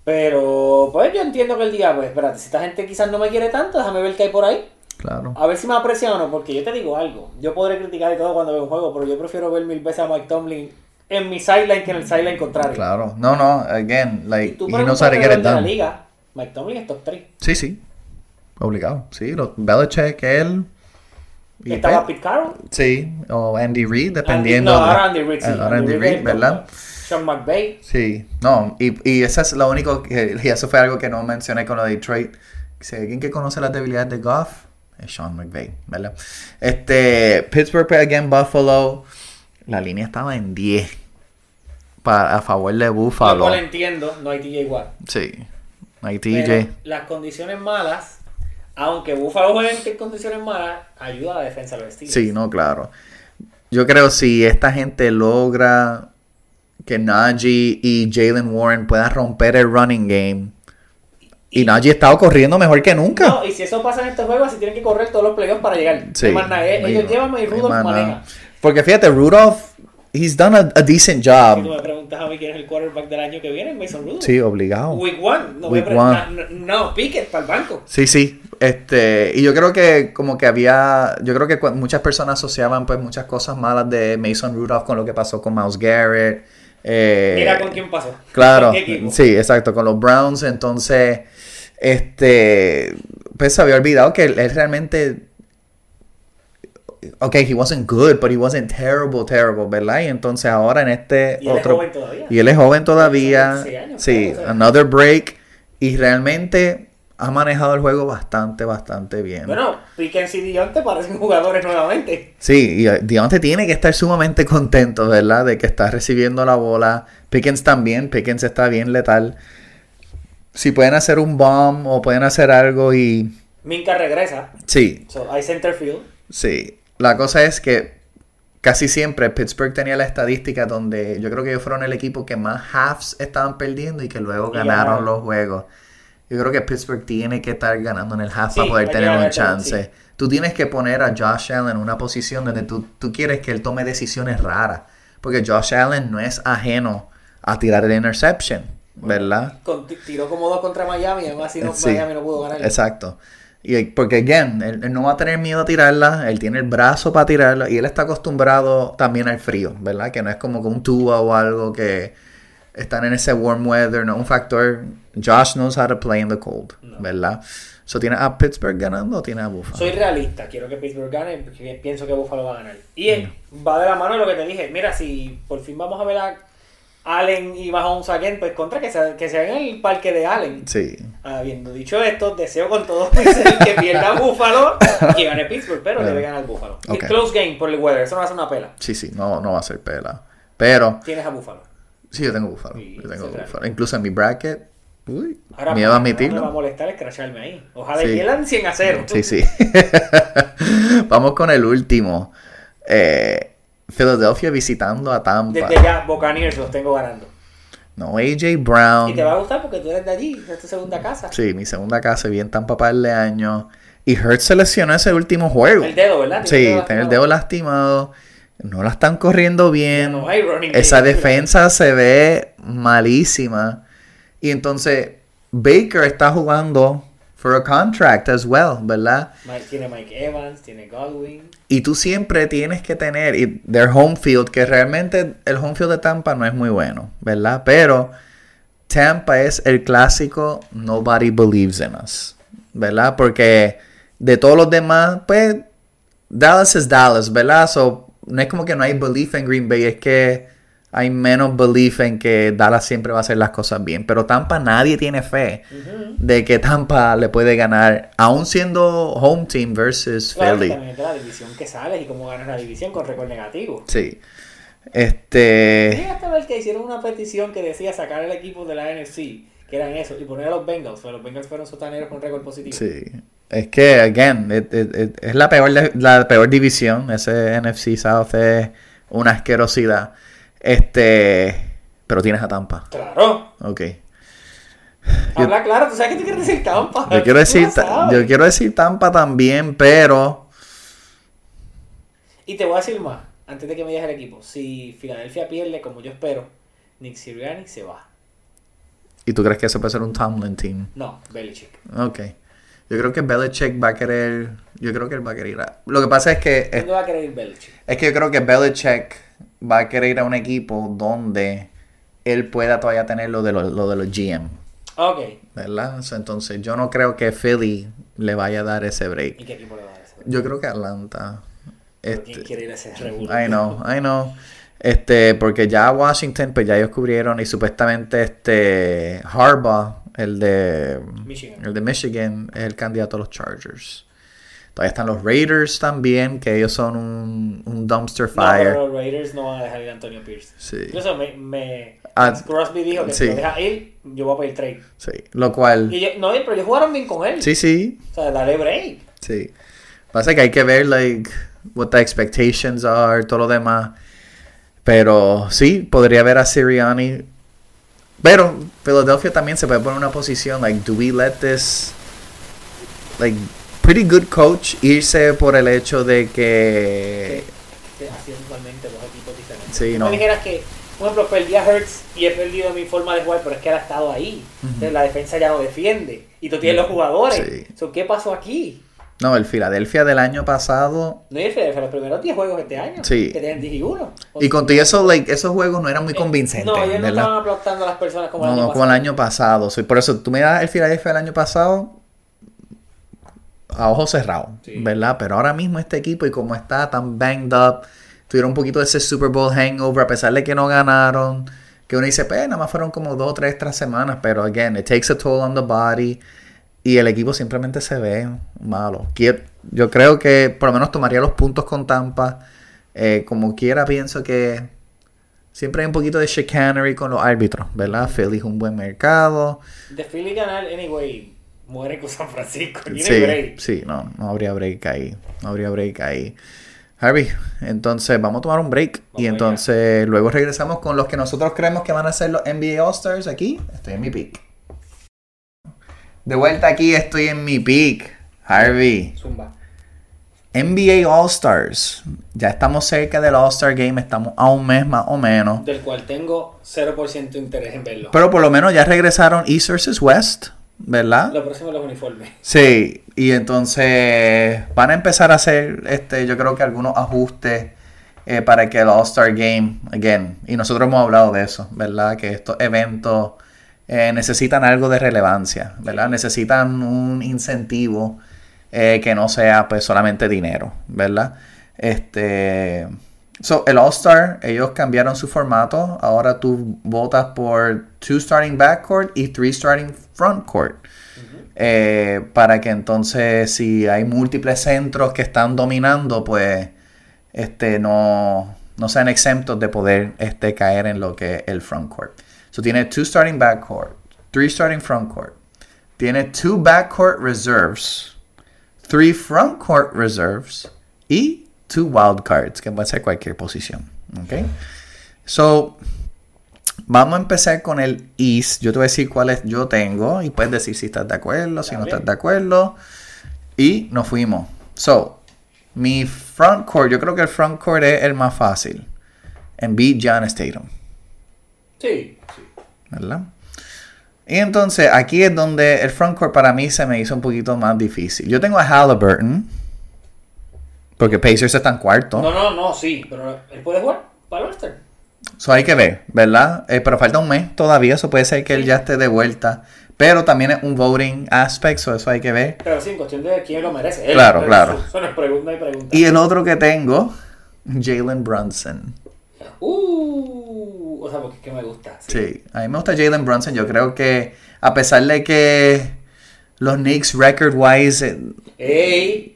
S1: Pero pues yo entiendo que el diga, pues espérate, si esta gente quizás no me quiere tanto, déjame ver qué hay por ahí.
S2: Claro.
S1: A ver si me aprecian o no, porque yo te digo algo. Yo podré criticar y todo cuando veo un juego, pero yo prefiero ver mil veces a Mike Tomlin en mi sideline que en el sideline contrario.
S2: Claro. No, no, again,
S1: Y
S2: like
S1: tú
S2: he
S1: preguntas
S2: knows how to get
S1: alrededor de
S2: it
S1: la
S2: done.
S1: liga, Mike Tomlin es top 3.
S2: Sí, sí. Obligado. Sí, lo, Belichick, él. y
S1: Estaba
S2: Pet.
S1: Pete Carroll.
S2: Sí, o Andy Reid, dependiendo.
S1: Andy, no,
S2: de-
S1: ahora Andy Reid, sí.
S2: ahora Andy
S1: es
S2: Reid,
S1: el top
S2: ¿verdad?
S1: uno. Sean McVay.
S2: Sí, no, y, y eso es lo único que, y eso fue algo que no mencioné con lo de Detroit. Si hay alguien que conoce las debilidades de Goff, es Sean McVay, ¿verdad? Este, Pittsburgh again Buffalo, la línea estaba en 10 para, a favor de
S1: Lo
S2: Buffalo.
S1: cual entiendo, no hay TJ Watt.
S2: Sí, hay
S1: Pero
S2: TJ.
S1: las condiciones malas, aunque Buffalo juegue en condiciones malas, ayuda a la defensa de los Steelers.
S2: Sí, no, claro. Yo creo si esta gente logra que Najee y Jalen Warren puedan romper el running game. Y, Najee ha estado corriendo mejor que nunca.
S1: No, y si eso pasa en estos juegos, así tienen que correr todos los playoffs para llegar.
S2: Sí,
S1: No hay más nada.
S2: no hay-
S1: Ellos llevan y
S2: no hay
S1: Rudolph
S2: más nada.
S1: maneja.
S2: Porque fíjate, Rudolph, he's done a, a decent
S1: Si tú
S2: job.
S1: me preguntas a mí quién es el quarterback del año que viene, Mason Rudolph.
S2: Ah, Sí, obligado.
S1: Week one. No,
S2: Week
S1: me pre-
S2: one.
S1: na- no, no, Pickett para el banco.
S2: Sí, sí. Este, y yo creo que como que había, yo creo que cu- muchas personas asociaban pues muchas cosas malas de Mason Rudolph con lo que pasó con Miles Garrett. eh,
S1: Mira con quién pasó.
S2: Claro,
S1: ¿Con qué equipo?
S2: sí, exacto, con los Browns, entonces, este, pues se había olvidado que él, él realmente, ok, he wasn't good, but he wasn't terrible, terrible, ¿verdad? Y entonces ahora en este
S1: Y él es
S2: otro,
S1: joven todavía.
S2: y él es joven todavía,
S1: 16 años,
S2: sí,
S1: claro, o sea.
S2: another break, y realmente ha manejado el juego bastante, bastante bien.
S1: Bueno, Pickens y Dionte parecen jugadores nuevamente.
S2: Sí, y eh, Deontay tiene que estar sumamente contento, ¿verdad? De que está recibiendo la bola. Pickens también, Pickens está bien letal. Si pueden hacer un bomb o pueden hacer algo y...
S1: Minka regresa.
S2: Sí,
S1: So, hay centerfield.
S2: sí. La cosa es que casi siempre Pittsburgh tenía la estadística donde yo creo que ellos fueron el equipo que más halves estaban perdiendo y que luego
S1: Y
S2: ganaron
S1: ganaron.
S2: los juegos. Yo creo que Pittsburgh tiene que estar ganando en el half
S1: Sí,
S2: para poder
S1: hay que
S2: tener un
S1: ganar todo,
S2: chance. Tú tienes que poner a Josh Allen en una posición donde tú, tú quieres que él tome decisiones raras. Porque Josh Allen no es ajeno a tirar el interception, ¿verdad?
S1: Con- tiró como dos contra Miami. Además, así no,
S2: Eh, Sí.
S1: Miami no pudo ganar.
S2: Exacto. Y eh, porque, again, él, él no va a tener miedo a tirarla, él tiene el brazo para tirarla y él está acostumbrado también al frío, ¿verdad? Que no es como con un tubo o algo que... están en ese warm weather, no es un factor. Josh knows how to play in the cold,
S1: No.
S2: ¿verdad? So, ¿Tienes a Pittsburgh ganando o tienes a Buffalo?
S1: Soy realista, quiero que Pittsburgh gane, porque pienso que Buffalo va a ganar. Y eh, va de la mano de lo que te dije. Mira, si por fin vamos a ver a Allen y Mahomes again, pues contra que se, que se haga en el parque de Allen.
S2: Sí.
S1: Habiendo dicho esto, deseo con todos mis seres que pierda Buffalo y gane Pittsburgh, pero debe ganar Buffalo. Es
S2: Ok.
S1: Close game por el weather, eso no hace una pela.
S2: Sí, sí, no, no va a ser pela. Pero,
S1: Tienes a Buffalo.
S2: sí, yo tengo Buffalo.
S1: Sí,
S2: yo tengo
S1: se trae.
S2: Buffalo. Incluso en mi bracket. Uy,
S1: Ahora
S2: miedo a
S1: no me va a
S2: admitirlo.
S1: molestar escracharme ahí. Ojalá
S2: Sí.
S1: y pierdan 100 a 0.
S2: Sí, sí. Vamos con el último. Eh, Philadelphia visitando a Tampa.
S1: Desde ya, Buccaneers los tengo ganando.
S2: No, AJ
S1: Y
S2: Brown.
S1: te va a gustar porque tú eres de allí, de tu segunda casa.
S2: Sí, mi segunda casa, bien Tampa para el de año. Y Hurts se lesionó ese último juego.
S1: El dedo, ¿verdad? Tiene
S2: Sí,
S1: el dedo
S2: tiene el
S1: lastimado.
S2: dedo lastimado. No la están corriendo bien.
S1: No hay running game.
S2: Esa defensa se ve malísima. Y entonces Baker está jugando for a contract as well, ¿verdad?
S1: Mike- Tiene Mike Evans, tiene Godwin.
S2: Y tú siempre tienes que tener y their home field, que realmente el home field de Tampa no es muy bueno, ¿verdad? Pero Tampa es el clásico Nobody Believes in Us, ¿verdad? Porque de todos los demás, pues Dallas es Dallas, ¿verdad? So, no es como que no hay belief en Green Bay, es que hay menos belief en que Dallas siempre va a hacer las cosas bien. Pero Tampa nadie tiene fe de que Tampa le puede ganar, aún siendo home team versus
S1: Claro, que
S2: Philly.
S1: también es de la división que sales y cómo ganas la división con récord negativo.
S2: Sí. Este.
S1: Llegaste a ver que hicieron una petición que decía sacar el equipo de la NFC, que eran eso, y poner a los Bengals, pero los Bengals fueron sotaneros con récord positivo.
S2: Sí. Es que, again, it- it- it- es la peor, de- la peor división. Ese NFC South es una asquerosidad. Este. Pero tienes a Tampa.
S1: Claro.
S2: Ok.
S1: Habla claro, tú sabes que tú quieres decir Tampa.
S2: Yo
S1: Tú
S2: quiero decir,
S1: lo
S2: ta-
S1: sabes.
S2: yo quiero decir Tampa también, pero.
S1: Y te voy a decir más, antes de que me digas el equipo. Si Filadelfia pierde, como yo espero, Nick Sirianni se va.
S2: ¿Y tú crees que eso puede ser un Tomlin team?
S1: No, Belichick.
S2: Ok. Yo creo que Belichick va a querer. Yo creo que él va a querer ir a- Lo que pasa es que. es-
S1: ¿Dónde va a querer ir Belichick?
S2: Es que yo creo que Belichick va a querer ir a un equipo donde él pueda todavía tener lo de, lo, lo de los GM,
S1: Ok.
S2: ¿verdad? O sea, entonces yo no creo que Philly le vaya a dar ese break.
S1: ¿Y qué equipo le va a dar ese?
S2: Yo creo que Atlanta.
S1: ¿Pero ¿Quién
S2: Este,
S1: quiere ir a ese revuelo?
S2: I know, I know. Este, porque ya Washington, pues ya ellos cubrieron y supuestamente este Harbaugh, el de
S1: Michigan.
S2: el de Michigan, es el candidato a los Chargers. Todavía están los Raiders también, que ellos son un, un dumpster
S1: No, pero
S2: fire.
S1: los Raiders no van a dejar ir a Antonio Pierce.
S2: Sí.
S1: Incluso me, me
S2: Ah,
S1: Crosby dijo que
S2: sí.
S1: si lo deja ir, yo voy a pedir trade.
S2: Sí, lo cual.
S1: Y yo- no, pero ellos jugaron bien con él.
S2: Sí, sí,
S1: O sea, dale break.
S2: sí. Pasa que hay que ver, like, what the expectations are, todo lo demás. Pero sí, podría ver a Sirianni. Pero Philadelphia también se puede poner en una posición, like, do we let this, like, pretty good coach irse por el hecho de que.
S1: Que Así es totalmente dos equipos diferentes.
S2: Sí,
S1: Tú
S2: no.
S1: me dijeras que, por ejemplo, perdí a Hertz y he perdido mi forma de jugar, pero es que él ha estado ahí. Entonces, la defensa ya no defiende. Y tú tienes los jugadores.
S2: Sí.
S1: So, ¿Qué pasó aquí?
S2: No, el Philadelphia del año pasado.
S1: No hay fe- los primeros 10 juegos este año.
S2: Sí.
S1: Que tienen 10 y 1.
S2: Y contigo, eso, like, esos juegos no eran muy convincentes.
S1: Eh, No, ellos no
S2: ¿verdad?
S1: estaban aplastando a las personas como el
S2: No,
S1: año
S2: no, como el año pasado. Sí, por eso, tú me das el Philadelphia del año pasado a ojo cerrado,
S1: Sí.
S2: ¿verdad? Pero ahora mismo este equipo y como está tan banged up, tuvieron un poquito de ese Super Bowl hangover a pesar de que no ganaron. Que uno dice, pues nada más fueron como dos o tres tras semanas, pero again, it takes a toll on the body. Y el equipo simplemente se ve malo. Quier- Yo creo que por lo menos tomaría los puntos con Tampa. Eh, como quiera, pienso que Siempre hay un poquito de chicanery con los árbitros, ¿verdad? Philly es un buen mercado.
S1: De Philly ganar, anyway, muere con San Francisco. Tiene
S2: Sí,
S1: break.
S2: sí, no, no habría break ahí. No habría break ahí. Harvey, entonces vamos a tomar un break y
S1: allá.
S2: entonces luego regresamos con los que nosotros creemos que van a ser los NBA All-Stars aquí. Estoy en mi pick. De vuelta aquí, estoy en mi pick. Harvey,
S1: Zumba.
S2: NBA All-Stars. Ya estamos cerca del All-Star Game, estamos a un mes más o menos.
S1: Del cual tengo 0% de interés en verlo.
S2: Pero por lo menos ya regresaron East versus West, ¿verdad?
S1: Lo próximo es los uniformes.
S2: Sí, y entonces van a empezar a hacer, este, yo creo que algunos ajustes eh, para que el All-Star Game, again, y nosotros hemos hablado de eso, ¿verdad? Que estos eventos eh, necesitan algo de relevancia, ¿verdad? Necesitan un incentivo eh, que no sea pues solamente dinero, ¿verdad? Este, so, el All-Star, ellos cambiaron su formato, ahora tú votas por two starting backcourt y three starting frontcourt. Eh, para que entonces si hay múltiples centros que están dominando, pues este, no, no sean exentos de poder este, caer en lo que es el frontcourt. So tiene two starting backcourt, three starting frontcourt, tiene two backcourt reserves, three frontcourt reserves y two wildcards, que puede ser cualquier posición. ¿ok? So, Vamos a empezar con el is. Yo te voy a decir cuáles yo tengo y puedes decir si estás de acuerdo, si no
S1: Dale.
S2: estás de acuerdo. Y nos fuimos. So, mi front court, yo creo que el front court es el más fácil. En B, John Statham,
S1: Sí, sí.
S2: ¿verdad? Y entonces aquí es donde el front court para mí se me hizo un poquito más difícil. Yo tengo a Halliburton, porque Pacers están cuarto.
S1: No, no, no, sí, pero él puede jugar para el All-Star.
S2: So hay que ver, ¿verdad? Eh, pero falta un mes todavía, eso puede ser que él ya esté de vuelta. Pero también es un voting aspect, so eso hay que ver.
S1: Pero sí, en cuestión de quién lo merece. Él,
S2: Claro,
S1: Pero
S2: claro.
S1: Eso, eso no es pregunta y pregunta.
S2: Y el otro que tengo, Jalen Brunson.
S1: Uh, o sea, porque es que me gusta. Sí.
S2: Sí, a mí me gusta Jalen Brunson. Yo creo que, a pesar de que los Knicks record-wise eh,
S1: ¡Ey!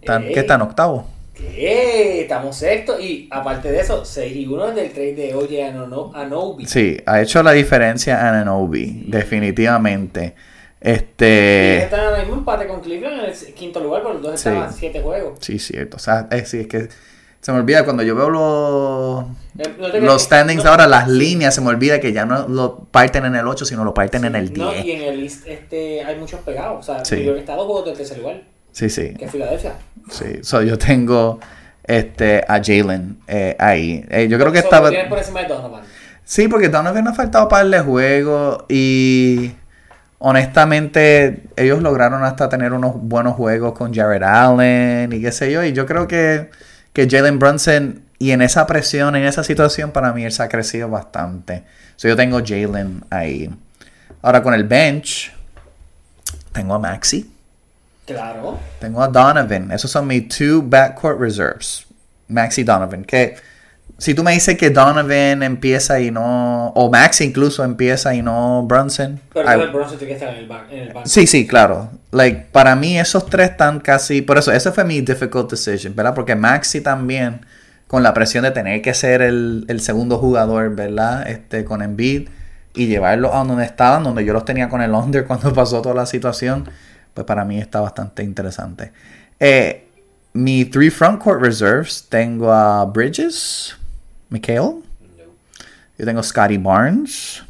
S2: están,
S1: ey,
S2: que están octavo.
S1: ¿Qué? Estamos sexto. Y aparte de eso, 6 y 1 del trade de Oye Anono- Anobi.
S2: Sí, ha hecho la diferencia Ananobi, definitivamente.
S1: Y
S2: Este...
S1: Están ahora mismo empate con Cleveland en el quinto lugar, pero los dos
S2: Sí.
S1: estaban a 7 juegos.
S2: Sí, cierto. O sea, es, sí, es que se me olvida cuando yo veo los...
S1: Eh, no te creas
S2: Los
S1: que-
S2: standings
S1: no-
S2: ahora, las líneas, se me olvida que ya no lo parten en el 8, sino lo parten en el 10.
S1: No, y en el East este, hay muchos pegados. O sea,
S2: Sí.
S1: New York está a dos juegos del tercer lugar,
S2: Sí, sí,
S1: que es Filadelfia.
S2: sí. So, yo tengo este, a Jalen eh, ahí. Eh, yo creo que
S1: So,
S2: estaba...
S1: tienes por encima de Donovan.
S2: Sí, porque Donovan ha faltado par de juegos y honestamente ellos lograron hasta tener unos buenos juegos con Jared Allen y qué sé yo. Y yo creo que, que Jalen Brunson y en esa presión, en esa situación, para mí él se ha crecido bastante. So, yo tengo Jalen ahí. Ahora con el bench, tengo a Maxi,
S1: Claro.
S2: tengo a Donovan. Esos son mis two backcourt reserves. Maxi Donovan, que si tú me dices que Donovan empieza y no, o Maxi incluso empieza y no Brunson.
S1: Pero
S2: I-
S1: el Bronson tiene que estar en el, ban- en el banco.
S2: Sí, sí, claro. Like, para mí esos tres están casi... Por eso, esa fue mi difficult decision, ¿verdad? Porque Maxi también, con la presión de tener que ser el, el segundo jugador, ¿verdad? Este, con Embiid y llevarlo a donde estaban, donde yo los tenía con el under cuando pasó toda la situación, pues para mí está bastante interesante. Eh, mi three front court reserves, tengo a Bridges, Mikhail, yo tengo Scotty Barnes,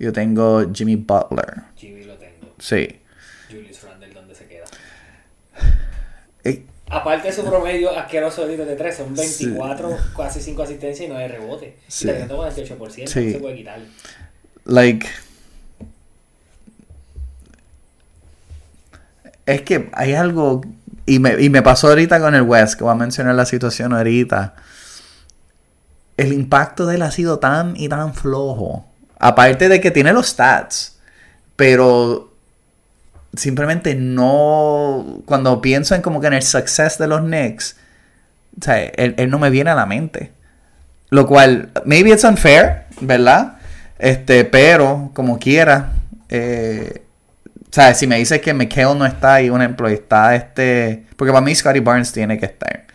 S2: yo tengo Jimmy Butler,
S1: Jimmy lo tengo.
S2: sí.
S1: Julius Randle, ¿dónde se queda?
S2: Eh,
S1: Aparte de su promedio asqueroso de 3, son 24, casi 5 asistencias y 9 rebotes.
S2: Sí.
S1: Y teniendo con 18%,
S2: Sí.
S1: no se puede quitar.
S2: like es que hay algo y me, y me pasó ahorita con el West que voy a mencionar la situación ahorita el impacto de él ha sido tan y tan flojo aparte de que tiene los stats pero simplemente no cuando pienso en como que en el success de los Knicks o sea, él, él no me viene a la mente lo cual, maybe it's unfair, ¿verdad? Este, pero como quiera, eh, ¿sabes? Si me dices que McHale no está ahí, un ejemplo, está este. Porque para mí Scotty Barnes tiene que estar.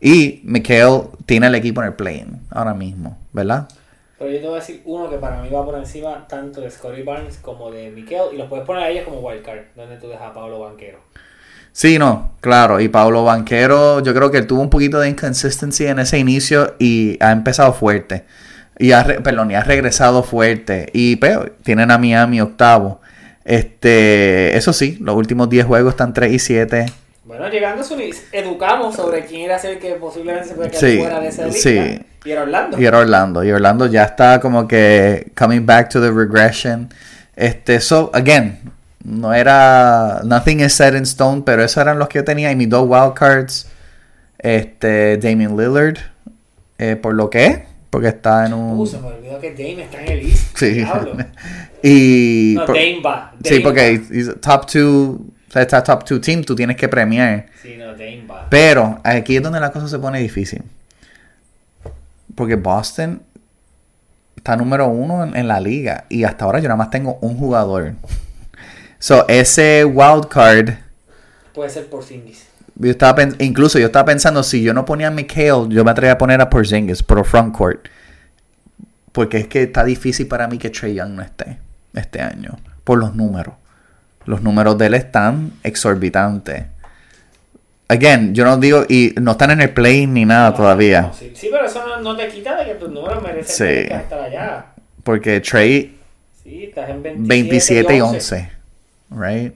S2: Y McHale tiene el equipo en el plane ahora mismo, ¿verdad?
S1: Pero yo te voy a decir uno que para mí va por encima tanto de Scottie Barnes como de Mikel. Y los puedes poner a ellos como wildcard, donde tú dejas a Pablo Banquero.
S2: Sí, no, claro. Y Pablo Banquero, yo creo que él tuvo un poquito de inconsistency en ese inicio y ha empezado fuerte. Y ha, re- perdón, y ha regresado fuerte. Y pero, tienen a Miami octavo. Este, eso sí, los últimos 10 juegos están 3 y 7.
S1: Bueno, llegando a su ni- educamos sobre quién era el que posiblemente se puede quedar
S2: Sí,
S1: fuera de esa lista.
S2: sí.
S1: Y era Orlando.
S2: Y era Orlando. Y Orlando ya está como que coming back to the regression. Este, so, again, no era. Nothing is set in stone, pero esos eran los que yo tenía. Y mis dos wildcards. Este, Damien Lillard. eh, por lo que es, porque está en un...
S1: Uh, se me olvidó que Dame está en el East.
S2: Sí.
S1: Diablo.
S2: y...
S1: No,
S2: por-
S1: Dame va. Dame
S2: sí, porque
S1: va.
S2: it's- it's top two, o sea, está top two team, tú tienes que premiar.
S1: Sí, no, Dame va.
S2: Pero aquí es donde la cosa se pone difícil. Porque Boston está número uno en, en la liga. Y hasta ahora yo nada más tengo un jugador. So, ese wild card.
S1: Puede ser por Singis.
S2: Yo estaba pen- incluso yo estaba pensando, si yo no ponía a Mikhail, yo me atrevía a poner a Porzingis por frontcourt. Porque es que está difícil para mí que Trey Young no esté este año. Por los números. Los números de él están exorbitantes. Again, yo no digo, y no están en el play ni nada Ah, todavía.
S1: No, sí, sí, pero eso no, no te quita de que tus números merecen
S2: Sí.
S1: tener que estar allá.
S2: Porque Trey
S1: Sí, estás en 27,
S2: 27 y 11. Right?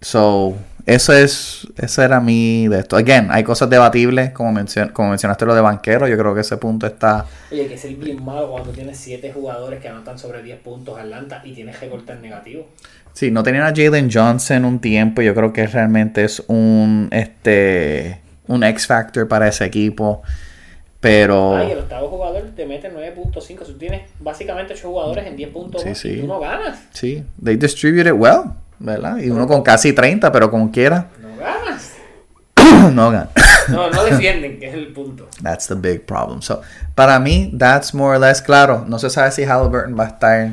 S2: So, eso es. Eso era mi de esto. Again, hay cosas debatibles, como, mencion- como mencionaste lo de banquero. Yo creo que ese punto está.
S1: Oye, que es el bien malo cuando tienes 7 jugadores que anotan sobre 10 puntos Atlanta y tienes que cortar negativo.
S2: Sí, no tenían a Jalen Johnson un tiempo. Yo creo que realmente es un este un X Factor para ese equipo. Pero.
S1: Ah, y el octavo jugador te mete 9.5. Si tú tienes básicamente 8 jugadores en 10 puntos,
S2: Sí,
S1: y
S2: sí.
S1: tú no ganas.
S2: Sí, they distribute it well, ¿verdad? Y uno con casi 30, pero como quiera,
S1: No ganas.
S2: no gana.
S1: No, no defienden, que es el punto.
S2: That's the big problem. So, para mí, that's more or less claro. No se sabe si Halliburton va a estar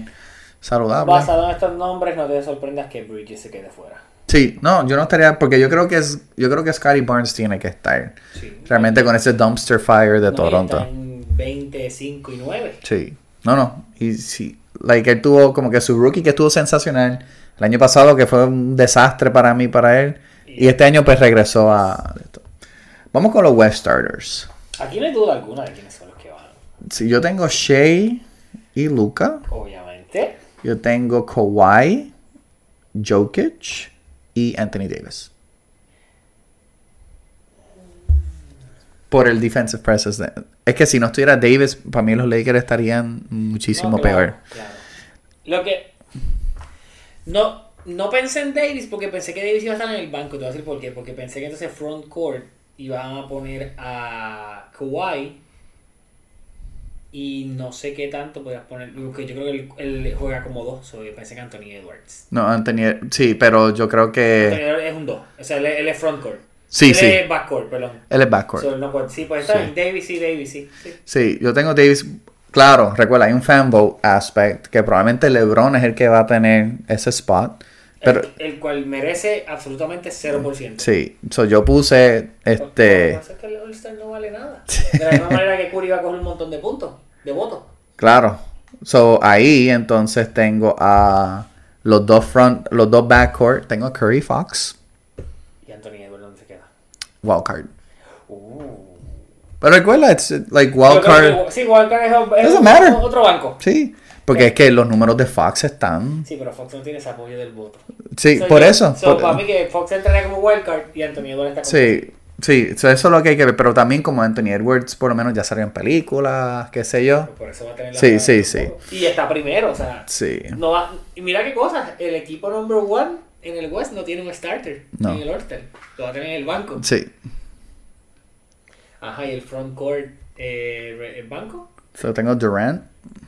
S2: saludable.
S1: Basado en estos nombres, no te sorprendas que Bridges se quede fuera.
S2: Sí, no, yo no estaría porque yo creo que es, yo creo que Scotty Barnes tiene que estar
S1: Sí.
S2: realmente con ese dumpster fire de
S1: No, y
S2: Toronto.
S1: está en 25 y 9.
S2: Sí, no, no, y sí, like él tuvo como que su rookie que estuvo sensacional el año pasado que fue un desastre para mí para él y este año pues regresó a esto. Vamos con los West starters.
S1: Aquí no hay duda alguna de quiénes son los que van.
S2: Si yo tengo Shea y Luca.
S1: Obviamente.
S2: Yo tengo Kawhi, Jokic y Anthony Davis. Por el defensive presence. de- Es que si no estuviera Davis, para mí los Lakers estarían muchísimo
S1: No, claro,
S2: peor.
S1: claro. Lo que. No, no pensé en Davis porque pensé que Davis iba a estar en el banco. Te voy a decir por qué. Porque pensé que entonces front court iban a poner a Kawhi. Y no sé qué tanto podías poner. Porque yo creo que él, él juega como dos. so yo pensé que Anthony Edwards.
S2: No, Anthony, sí, pero yo creo que
S1: Anthony Edwards es un dos. O sea, él, es- él es front court.
S2: Sí,
S1: él
S2: sí.
S1: es back court, perdón.
S2: él es backcourt.
S1: So, no, pues, sí, pues está
S2: Sí.
S1: bien. Davis sí, Davis sí. sí.
S2: Sí, yo tengo Davis. Claro, recuerda, hay un fanboy aspect que probablemente LeBron es el que va a tener ese spot. Pero
S1: el, el cual merece absolutamente 0%.
S2: sí, so yo puse
S1: Lo que
S2: este.
S1: pasa es que el All-Star no vale nada. De la misma manera que Curry va a coger un montón de puntos, de votos.
S2: Claro. So ahí entonces tengo a los dos front, los dos backcourt. Tengo a Curry Fox,
S1: Y Anthony Edwards, ¿dónde se queda?
S2: wildcard.
S1: Uh.
S2: Pero recuerda, it's like
S1: Yo creo
S2: wildcard.
S1: que- Sí, Wildcard es, es
S2: Doesn't matter.
S1: otro banco.
S2: Sí. Porque es que los números de Fox están.
S1: Sí, pero Fox no tiene ese apoyo del voto.
S2: Sí,
S1: So,
S2: por
S1: yo-
S2: eso.
S1: so,
S2: por-
S1: para mí que Fox entraría como Wildcard y Anthony Edwards está como...
S2: sí, sí. so eso es lo que hay que ver. Pero también como Anthony Edwards, por lo menos ya salió en películas, qué sé yo.
S1: Por eso va a tener la
S2: Sí,
S1: cara
S2: sí,
S1: del
S2: sí.
S1: voto. Y está primero, o sea...
S2: Sí.
S1: No va- y mira qué cosa, el equipo number one en el West no tiene un starter
S2: No.
S1: en el All-Star. Lo va a tener en el banco.
S2: Sí.
S1: Ajá, y el front court, eh, re- el banco,
S2: So tengo Durant.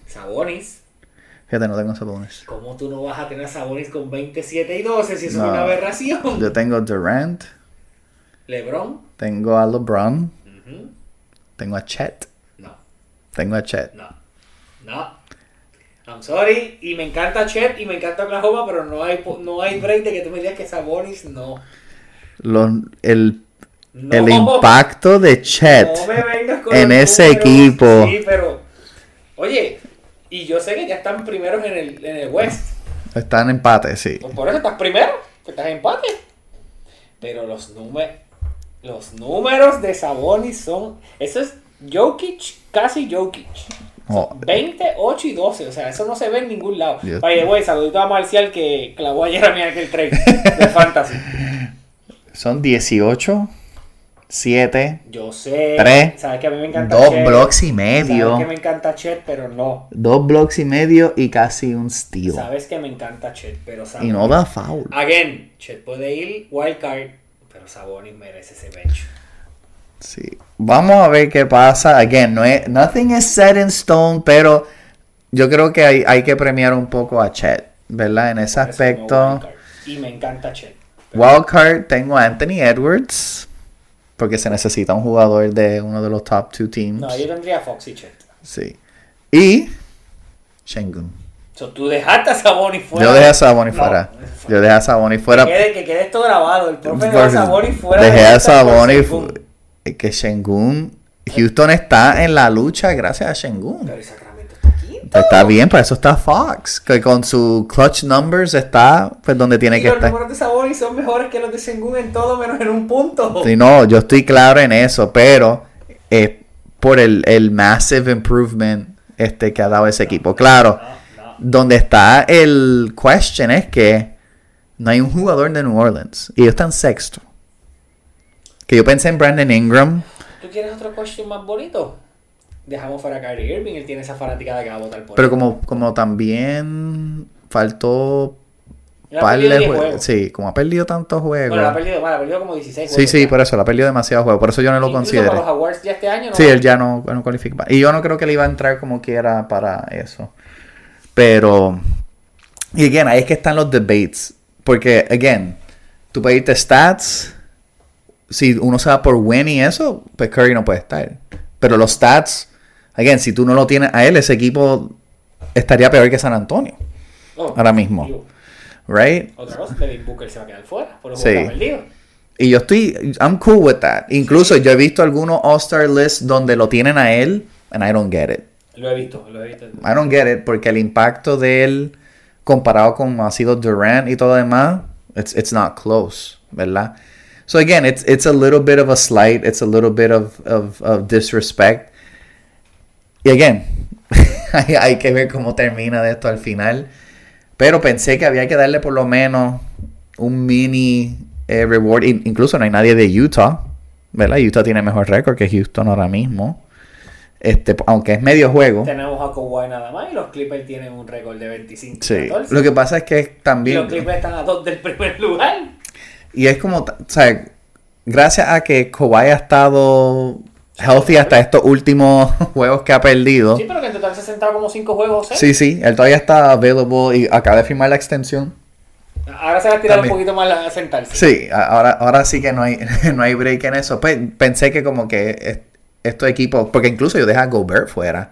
S1: Sabonis.
S2: Fíjate, no tengo Sabonis.
S1: ¿Cómo tú no vas a tener a Sabonis con 27 y 12 si eso
S2: No.
S1: es una aberración?
S2: Yo tengo Durant.
S1: LeBron,
S2: Tengo a LeBron.
S1: ujú,
S2: Tengo a Chet.
S1: no,
S2: Tengo a Chet.
S1: no, no. I'm sorry, y me encanta Chet y me encanta Oklahoma, pero no hay, po- no hay break de que tú me digas que Sabonis no.
S2: los- el,
S1: no
S2: el impacto de Chet.
S1: No me vengas con
S2: en
S1: los
S2: ese
S1: números.
S2: equipo.
S1: Sí, pero. Oye, y yo sé que ya están primeros en el, en el West.
S2: Está en empate, sí.
S1: Pues por eso estás primero, que estás en empate. Pero los números. Los números de Sabonis son. Eso es Jokic, casi Jokic.
S2: Oh,
S1: 20, 8 y 12. O sea, eso no se ve en ningún lado.
S2: Dios.
S1: Oye, güey, saludito a Marcial que clavó ayer a mí en aquel tren de Fantasy.
S2: son 18, 7,
S1: Yo sé.
S2: Tres,
S1: Sabes que a mí me encanta
S2: 2
S1: Chet,
S2: blocks y
S1: Sabes que
S2: medio.
S1: me encanta Chet, pero no.
S2: 2 blocks y medio y casi un steal.
S1: Sabes que me encanta Chet, pero
S2: Y
S1: Sabonis.
S2: no da foul.
S1: Again, Chet puede ir wildcard, pero Sabonis merece ese bench.
S2: Sí. Vamos a ver qué pasa. Again, no es, nothing is set in stone, pero yo creo que hay, hay que premiar un poco a Chet, ¿verdad? En ese
S1: Parece como
S2: aspecto.
S1: wildcard. Y me encanta Chet.
S2: Wildcard, tengo a Anthony Edwards, porque se necesita un jugador de uno de los top two teams.
S1: No, yo tendría a Fox y Chet.
S2: Sí. Y Shengun.
S1: So, tú dejaste a Sabonis fuera.
S2: Yo dejé a Sabonis fuera.
S1: No.
S2: Yo dejé a Sabonis fuera.
S1: Que quede, que quede esto grabado. El profe dejó a
S2: Por-
S1: Sabonis fuera.
S2: Dejé a Sabonis.
S1: Saboni
S2: fu- Que Shengun. Houston está en la lucha gracias a Shengun.
S1: Pero el Sacramento está aquí.
S2: Está bien, para eso está Fox. Que con su clutch numbers está pues donde tiene
S1: Y
S2: que
S1: los
S2: estar.
S1: números de Sabonis son mejores que los de Sengun en todo menos en un punto.
S2: Sí, no, yo estoy claro en eso, pero eh, por el, el massive improvement este, que ha dado ese equipo. Claro,
S1: No, no.
S2: donde está el question es que no hay un jugador de New Orleans y ellos están sexto. Que yo pensé en Brandon Ingram.
S1: ¿Tú quieres otro question más bonito? Dejamos fuera a Kyrie Irving, él tiene esa fanaticada que va a votar por
S2: Pero
S1: él.
S2: como, como también faltó
S1: Él ha
S2: par de
S1: perdido 10
S2: jue-
S1: juegos.
S2: Sí, como ha perdido tantos juegos.
S1: Bueno, ha perdido, bueno, ha perdido como 16
S2: sí,
S1: juegos
S2: sí,
S1: ya.
S2: por eso, la ha perdido demasiado juego. Por eso yo no lo
S1: Incluso
S2: considero.
S1: para los awards ya este año no
S2: Sí,
S1: va-
S2: él ya no, no cualifica. Y yo no creo que le iba a entrar como quiera para eso. Pero. Y again, ahí es que están los debates. Porque, again, tú pedirte stats. Si uno se va por win y eso, pues Curry no puede estar. Pero los stats, again, si tú no lo tienes a él, ese equipo estaría peor que San Antonio.
S1: Oh,
S2: ahora mismo.
S1: digo,
S2: Right?
S1: Otra cosa, Devin Booker se va a quedar fuera por los
S2: Sí.
S1: juegos que ha perdido.
S2: Y yo estoy, I'm cool with that. Incluso yo he visto algunos All-Star lists donde lo tienen a él, and I don't get it.
S1: Lo he visto, lo he visto.
S2: I don't get it, porque el impacto de él comparado con ha sido Durant y todo lo demás, it's, it's not close, ¿verdad? So again, it's, it's a little bit of a slight, it's a little bit of, of, of disrespect. Y again, hay, hay que ver cómo termina de esto al final. Pero pensé que había que darle por lo menos un mini eh, reward. In- incluso no hay nadie de Utah, ¿verdad? Utah tiene mejor récord que Houston ahora mismo. Este, aunque es medio juego.
S1: Tenemos a Kawhi nada más y los Clippers tienen un récord de 25
S2: Sí.
S1: 14.
S2: Lo que pasa es que
S1: Y
S2: también.
S1: los Clippers están a dos del primer lugar.
S2: Y es como. ta- O sea, gracias a que Kawhi ha estado healthy hasta estos últimos juegos que ha perdido.
S1: Sí, pero que en total se ha sentado como 5 juegos o 6.
S2: Sí, sí, él todavía está available y acaba de firmar la extensión.
S1: Ahora se va a tirar
S2: También.
S1: un poquito más a sentarse.
S2: Sí, a- ahora, ahora sí que no hay, no hay break en eso. Pe- pensé que como que es- estos equipos, porque incluso yo dejé a Gobert fuera.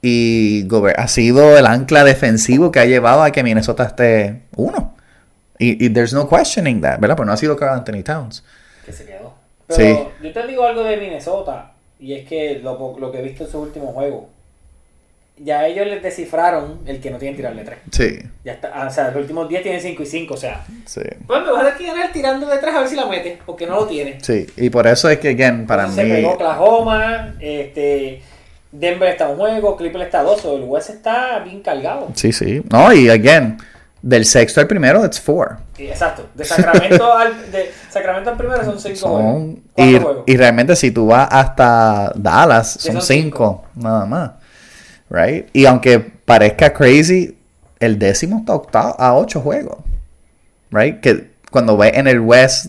S2: Y Gobert ha sido el ancla defensivo que ha llevado a que Minnesota esté uno. Y, y there's no questioning that, ¿verdad? Pues no ha sido Carl Anthony Towns.
S1: Que se quedó. Pero
S2: Sí.
S1: yo te digo algo de Minnesota. Y es que lo, po- lo que he visto en sus últimos juegos. Ya ellos les descifraron el que no tienen que tirarle 3.
S2: Sí,
S1: Ya está, ah, o sea, los últimos 10 tienen 5 y 5. O sea,
S2: sí.
S1: pues me vas a tener que ganar tirando de 3 a ver si la metes. Porque no lo tiene.
S2: Sí, y por eso es que, again, para
S1: Entonces
S2: mí.
S1: Se pegó Oklahoma. Este, Denver está a un juego. Clipper está a dos. o El West está bien cargado.
S2: Sí, sí. No, y again, del sexto al primero, it's four.
S1: Sí, Exacto. De Sacramento al, de Sacramento al primero son 5 juegos.
S2: Son-
S1: Cuatro
S2: y,
S1: juegos.
S2: y realmente si tú vas hasta Dallas,
S1: Que
S2: son
S1: son cinco.
S2: cinco, nada más. Right? Y aunque parezca crazy, el décimo está octavo a ocho juegos. Right? Que cuando ve en el West,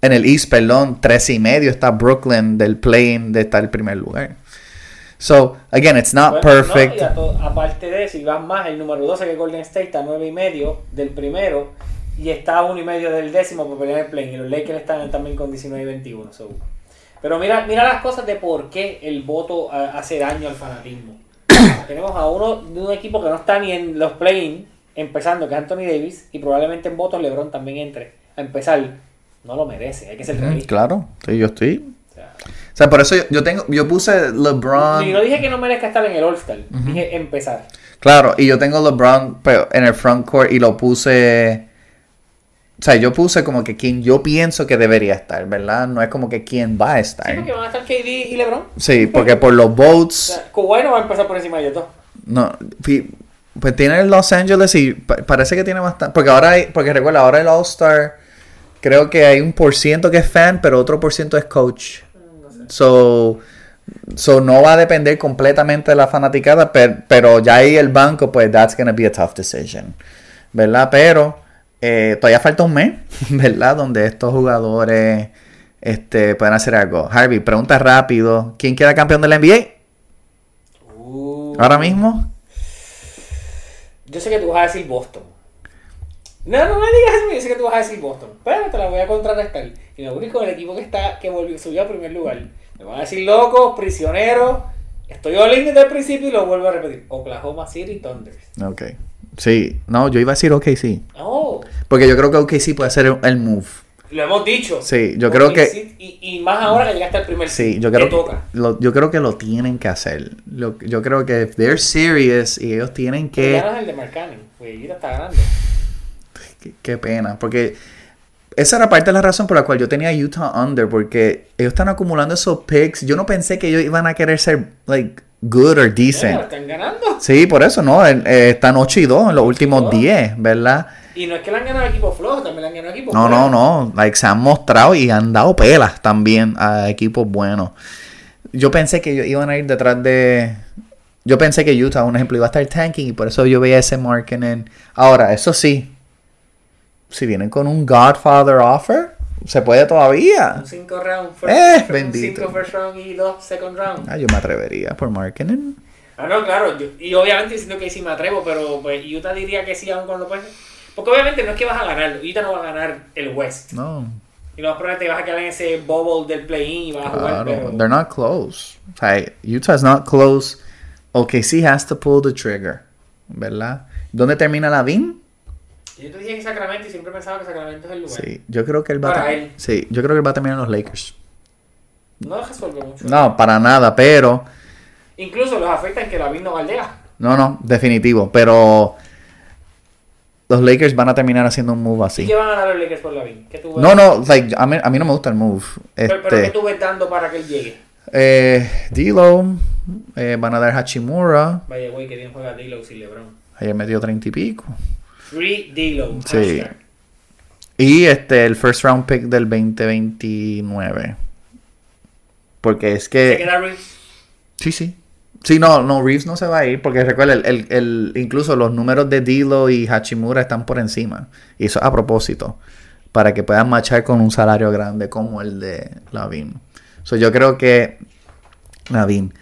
S2: en el East, perdón, tres y medio está Brooklyn del play-in de estar el primer lugar. So, again, it's not
S1: Bueno, no,
S2: perfect.
S1: y a to- aparte de eso, y vas más, el número 12 que es Golden State está a 9 y medio del primero y está a 1 y medio del décimo por pelear el play. Y los Lakers están también con 19 y 21. so. Pero mira, mira las cosas de por qué el voto a- hace daño al fanatismo. Tenemos a uno de un equipo que no está ni en los play-in, empezando que es Anthony Davis, y probablemente en votos LeBron también entre. A empezar, no lo merece, hay que ser
S2: Mm,
S1: realista.
S2: Claro, sí, yo estoy.
S1: O sea,
S2: O sea, por eso yo, yo tengo, yo puse LeBron.
S1: y no dije que no merezca estar en el All-Star, dije empezar.
S2: Claro, y yo tengo LeBron pero en el front court y lo puse. O sea, yo puse como que quien yo pienso que debería estar, ¿verdad? No es como que quien va a
S1: Sí, porque
S2: estar.
S1: van a estar KD y LeBron. O
S2: Sí, porque por los votes.
S1: sea, Kawhi no va a empezar por encima de ellos dos.
S2: No, fi- pues tiene el Los Angeles y pa- parece que tiene bastante. Porque ahora hay, porque recuerda, ahora el All-Star, creo que hay un por ciento que es fan, pero otro por ciento es coach. So, so no va a depender completamente de la fanaticada, per- pero, ya ahí el banco, pues that's gonna be a tough decision. ¿Verdad? Pero eh, todavía falta un mes, ¿verdad? Donde estos jugadores Este, pueden hacer algo. Harvey, pregunta rápido. ¿Quién queda campeón de la NBA?
S1: Uh,
S2: Ahora mismo.
S1: Yo sé que tú vas a decir Boston. No, no me digas eso, yo sé que tú vas a decir Boston. Pero te la voy a contrarrestar. Y me voy con el equipo que está, que volvió, subió a primer lugar. Me van a decir loco, prisionero. Estoy all in desde el principio y lo vuelvo a repetir. Oklahoma City Thunder.
S2: Ok. Sí. No, yo iba a decir OKC.
S1: Oh,
S2: Porque yo creo que OKC puede hacer el move.
S1: lo hemos dicho.
S2: Sí, yo creo
S1: Oklahoma
S2: que-
S1: City- Y, y más ahora que llegaste al primer
S2: Sí,
S1: seed.
S2: yo
S1: Te
S2: creo, que,
S1: toca.
S2: lo, yo creo que lo tienen que hacer. Lo- yo creo que if they're serious y ellos tienen
S1: Que
S2: que...
S1: ganas el de Marcanen. Cuellita está ganando.
S2: Qué, qué pena, porque esa era parte de la razón por la cual yo tenía Utah under, porque ellos están acumulando esos picks. Yo no pensé que ellos iban a querer ser, like, good or
S1: Bueno,
S2: decent.
S1: están ganando.
S2: Sí, por eso, ¿no? El- eh, están 8 y 2 en los últimos
S1: dos.
S2: 10, ¿verdad?
S1: Y no es que le han ganado equipos flojos, también le han ganado equipos
S2: No, no,
S1: buenos.
S2: no. Like, se han mostrado y han dado pelas también a equipos buenos. Yo pensé que ellos iban a ir detrás de. Yo pensé que Utah, un ejemplo, iba a estar tanking y por eso yo veía ese marketing. Ahora, eso sí. Si vienen con un Godfather offer, se puede todavía.
S1: Un 5 round,
S2: Eh,
S1: un
S2: bendito.
S1: cinco first round y 2 second round.
S2: Ah, yo me atrevería por marketing.
S1: Ah, no, claro, yo- y obviamente diciendo que sí me atrevo, pero pues Utah diría que sí aún con lo pues. Porque obviamente no es que vas a ganar, Utah no va a ganar el West.
S2: No,
S1: Y lo más probable es que te vas a quedar en ese bubble del play-in y vas a jugar,
S2: claro.
S1: pero...
S2: They're not close. O sea, Utah's not close. OKC has to pull the trigger. ¿Verdad? ¿Dónde termina la VIN?
S1: Yo te dije que Sacramento y siempre pensaba que Sacramento es el lugar.
S2: Sí, yo creo que él va a
S1: Para
S2: ter-
S1: él.
S2: Sí, yo creo que él va a terminar en los Lakers.
S1: No lo resuelve mucho.
S2: No, para nada, pero
S1: Incluso los afecta en que la no baldea.
S2: no, no, definitivo, pero los Lakers van a terminar haciendo un move
S1: ¿Y
S2: así.
S1: qué van a ganar los Lakers por la ¿Qué tú ves?
S2: No, no, like, a mí, a mí no me gusta el move.
S1: Pero, pero ¿qué
S2: Este,
S1: tú ves dando para que él llegue?
S2: eh, D-Lo, eh, van a dar Hachimura,
S1: Vaya, güey, que bien juega D-Lo sin LeBron.
S2: ayer metió 30 y pico.
S1: Free D-Lo.
S2: Sí.
S1: hashtag.
S2: Y este, el first round pick del 2029. Porque es que...
S1: Se queda Reeves.
S2: Sí, sí. Sí, no, no, Reeves no se va a ir porque recuerda, el, el- el- incluso los números de Dilo y Hachimura están por encima. Y eso a propósito, para que puedan marchar con un salario grande como el de Lavin. So, yo creo que Lavin,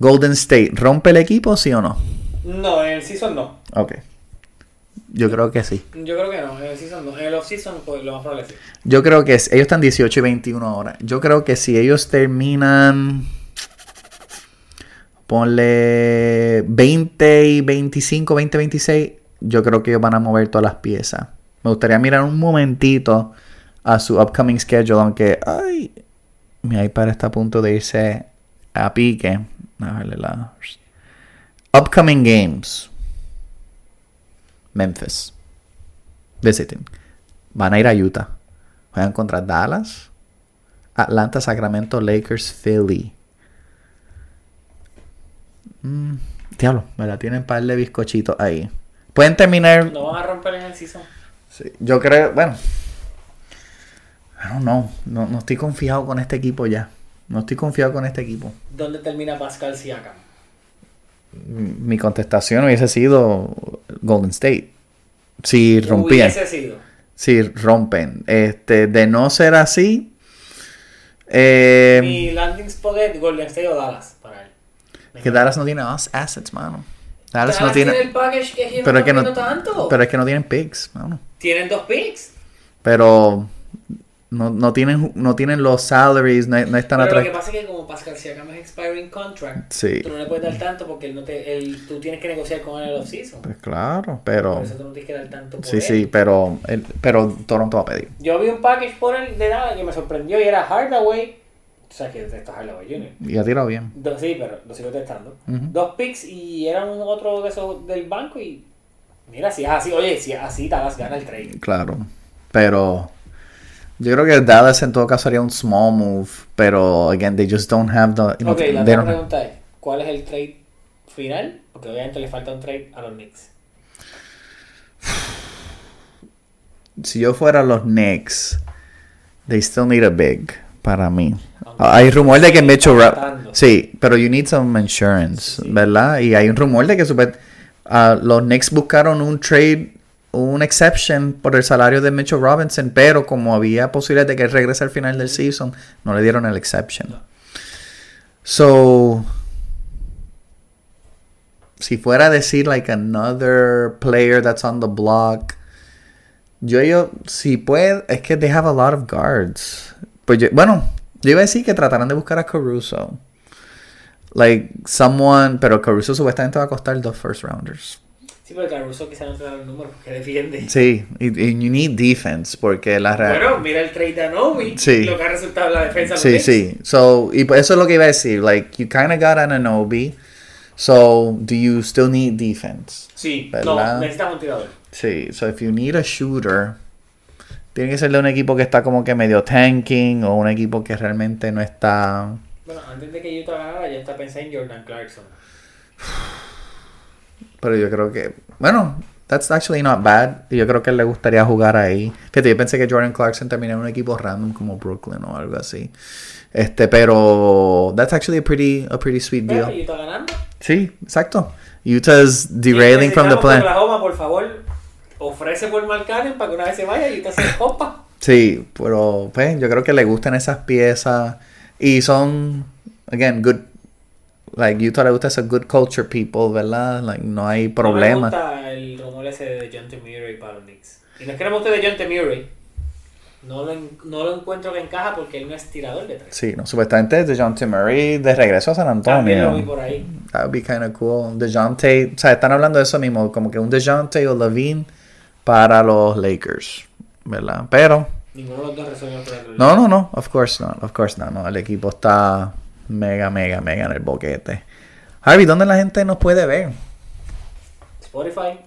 S2: Golden State, ¿rompe el equipo, sí o no?
S1: No, en el season no.
S2: Ok. Yo creo que sí.
S1: Yo creo que no, en el season no. En el off-season pues, lo más probable sí.
S2: Yo creo que es- ellos están 18 y 21 ahora. Yo creo que si ellos terminan. Ponle 20 y 25, 20, 26. Yo creo que ellos van a mover todas las piezas. Me gustaría mirar un momentito a su upcoming schedule. Aunque, ay, mi iPad está a punto de irse a pique. A verle la. Upcoming games: Memphis. Visiting. Van a ir a Utah. Juegan contra Dallas, Atlanta, Sacramento, Lakers, Philly. Mm, diablo, me la tienen par de bizcochitos ahí. Pueden terminar.
S1: No van a romper en el season.
S2: Sí, yo creo, bueno. I don't know. No, no estoy confiado con este equipo ya. No estoy confiado con este equipo.
S1: ¿Dónde termina Pascal Siakam?
S2: Mm, Mi contestación hubiese sido Golden State. Si rompían.
S1: Hubiese sido.
S2: Si rompen. Este, de no ser así. eh,
S1: Mi landing spot es Golden State o Dallas para él.
S2: Que Dallas no tiene as- assets, mano. Dallas, no
S1: el
S2: tiene.
S1: package que ellos
S2: Pero es, que
S1: no
S2: no,
S1: están viendo tanto.
S2: pero es que no tienen picks, mano.
S1: Tienen dos picks.
S2: Pero no, no, tienen, no tienen los salaries, no, no están
S1: Pero lo
S2: atrás.
S1: que pasa es que como Pascal Siakam es expiring contract,
S2: Sí.
S1: tú no le puedes dar tanto porque él no te, él, tú tienes que negociar con él en el off-season.
S2: Pues claro, pero.
S1: Por eso tú no tienes que dar tanto por
S2: Sí,
S1: él.
S2: sí, pero, el- pero Toronto va a pedir.
S1: Yo vi un package por él de nada que me sorprendió y era Hardaway. O sea, que esto es Hardaway Jr.
S2: Y ha tirado bien.
S1: Dos, sí, pero lo sigo testando.
S2: Ujú.
S1: Dos picks y era un otro de esos del banco y... Mira, si es así, oye, si es así, Dallas gana el trade.
S2: Claro. Pero. Yo creo que Dallas en todo caso haría un small move. Pero, again, they just don't have the.
S1: Ok, la otra
S2: they don't-
S1: pregunta es, ¿cuál es el trade final? Porque obviamente le falta un trade a los Knicks.
S2: si yo fuera los Knicks, they still need a big para mí. Hay rumor de que Mitchell Ra-
S1: Matando.
S2: Sí, pero you need some insurance, ¿verdad? Y hay un rumor de que supert- ah, los Knicks buscaron un trade un exception por el salario de Mitchell Robinson, pero como había posibilidad de que él regrese al final del season, no le dieron el exception.
S1: No.
S2: So, si fuera a decir like another player that's on the block, yo, yo si puede, es que they have a lot of guards. Pues yo- bueno, yo iba a decir que tratarán de buscar a Caruso. Like someone, pero Caruso supuestamente va a costar dos first rounders.
S1: Sí, pero Caruso quizá no te da los números porque defiende.
S2: Sí, y, y you need defense porque la real.
S1: Bueno, mira el trade de Anobi.
S2: Sí.
S1: Lo que ha resultado en la defensa. de los
S2: Sí,
S1: Knicks.
S2: sí. So, y por eso es lo que iba a decir. Like, you kind of got an Anobi. So, do you still need defense?
S1: Sí,
S2: ¿Verdad?
S1: no, necesitas un tirador.
S2: Sí. So, if you need a shooter, tiene que ser de un equipo que está como que medio tanking o un equipo que realmente no está.
S1: Bueno, antes de que Utah ganara, yo hasta pensé en Jordan Clarkson.
S2: Pero yo creo que. Bueno, that's actually not bad. Yo creo que le gustaría jugar ahí. Fíjate, yo pensé que Jordan Clarkson terminaba en un equipo random como Brooklyn o algo así. Este, pero. That's actually a pretty, a pretty sweet
S1: Pero
S2: deal.
S1: Utah ganando.
S2: Sí, exacto. Utah's derailing from the
S1: Necesitamos que
S2: plan.
S1: Oklahoma, por favor, ofrece por Markkanen para que una vez se vaya y Utah se copa.
S2: Sí, pero pues, yo creo que le gustan esas piezas. Y son, again, good. Like, Utah le gusta esa good culture people, ¿verdad? Like, no hay
S1: No me
S2: problema.
S1: gusta el rumor ese de John T. Murray para los Knicks. Y no es que no me guste de John T. Murray. No lo, en- no lo encuentro que encaja porque él no es tirador de tres.
S2: Sí, no, supuestamente DeJounte Murray de regreso a San
S1: También lo vi
S2: Antonio.
S1: por ahí.
S2: That would be kind of cool. DeJounte, o sea, están hablando de eso mismo, como que un DeJounte o Levine para los Lakers, ¿verdad? Pero,
S1: Ninguno de los dos resolvió el problema.
S2: No, no, no, of course not, of course not, no, el equipo está mega, mega, mega en el boquete. Harvey, ¿dónde la gente nos puede ver?
S1: Spotify,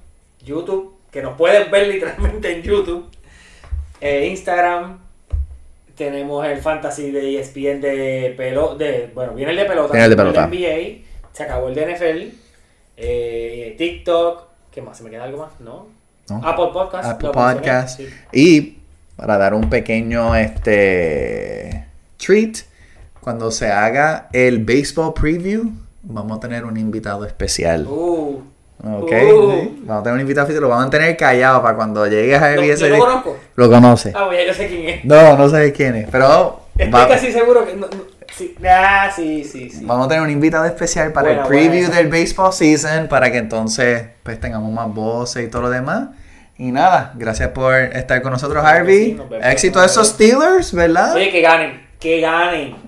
S1: YouTube, que nos pueden ver literalmente en YouTube, eh, Instagram, tenemos el fantasy de E ESPN de pelota, de, bueno, viene el de pelota,
S2: Viene el de pelota.
S1: NBA, se acabó el de NFL, eh, TikTok, ¿qué más? ¿Se me queda algo más? ¿No?
S2: No.
S1: Apple Podcast.
S2: Apple
S1: lo mencioné,
S2: Podcast.
S1: sí.
S2: Y para dar un pequeño este treat, cuando se haga el baseball preview, vamos a tener un invitado especial.
S1: Uh,
S2: Ok,
S1: Uh.
S2: sí, vamos a tener un invitado especial, lo vamos a tener callado para cuando llegue
S1: no,
S2: Harvey
S1: yo
S2: ese
S1: lo
S2: día.
S1: conozco.
S2: Lo conoce.
S1: Ah, pues ya yo sé quién es.
S2: No, no sé quién es, pero
S1: Estoy
S2: va-
S1: casi seguro que... no- no- sí. Ah, sí, sí, sí.
S2: Vamos a tener un invitado especial para
S1: Buena,
S2: el preview
S1: buena.
S2: del baseball season, para que entonces pues tengamos más voces y todo lo demás. Y nada, gracias por estar con nosotros,
S1: Claro que
S2: Harvey.
S1: sí, nos vemos.
S2: Éxito a esos Steelers, ¿verdad?
S1: Oye, que ganen, que ganen.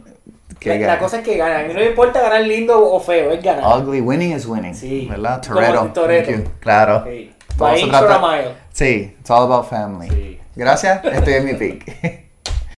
S2: Que
S1: la, la
S2: ganen.
S1: cosa es que ganen. A mí no me importa ganar lindo o feo, es ganar.
S2: Ugly winning is winning,
S1: Sí.
S2: ¿verdad?
S1: Como
S2: Toretto.
S1: el Toretto.
S2: Thank you. Claro.
S1: Sí.
S2: Vamos
S1: By
S2: a
S1: inch or a
S2: tratar-
S1: mile.
S2: Sí, it's all about family.
S1: Sí.
S2: Gracias, estoy en mi pick.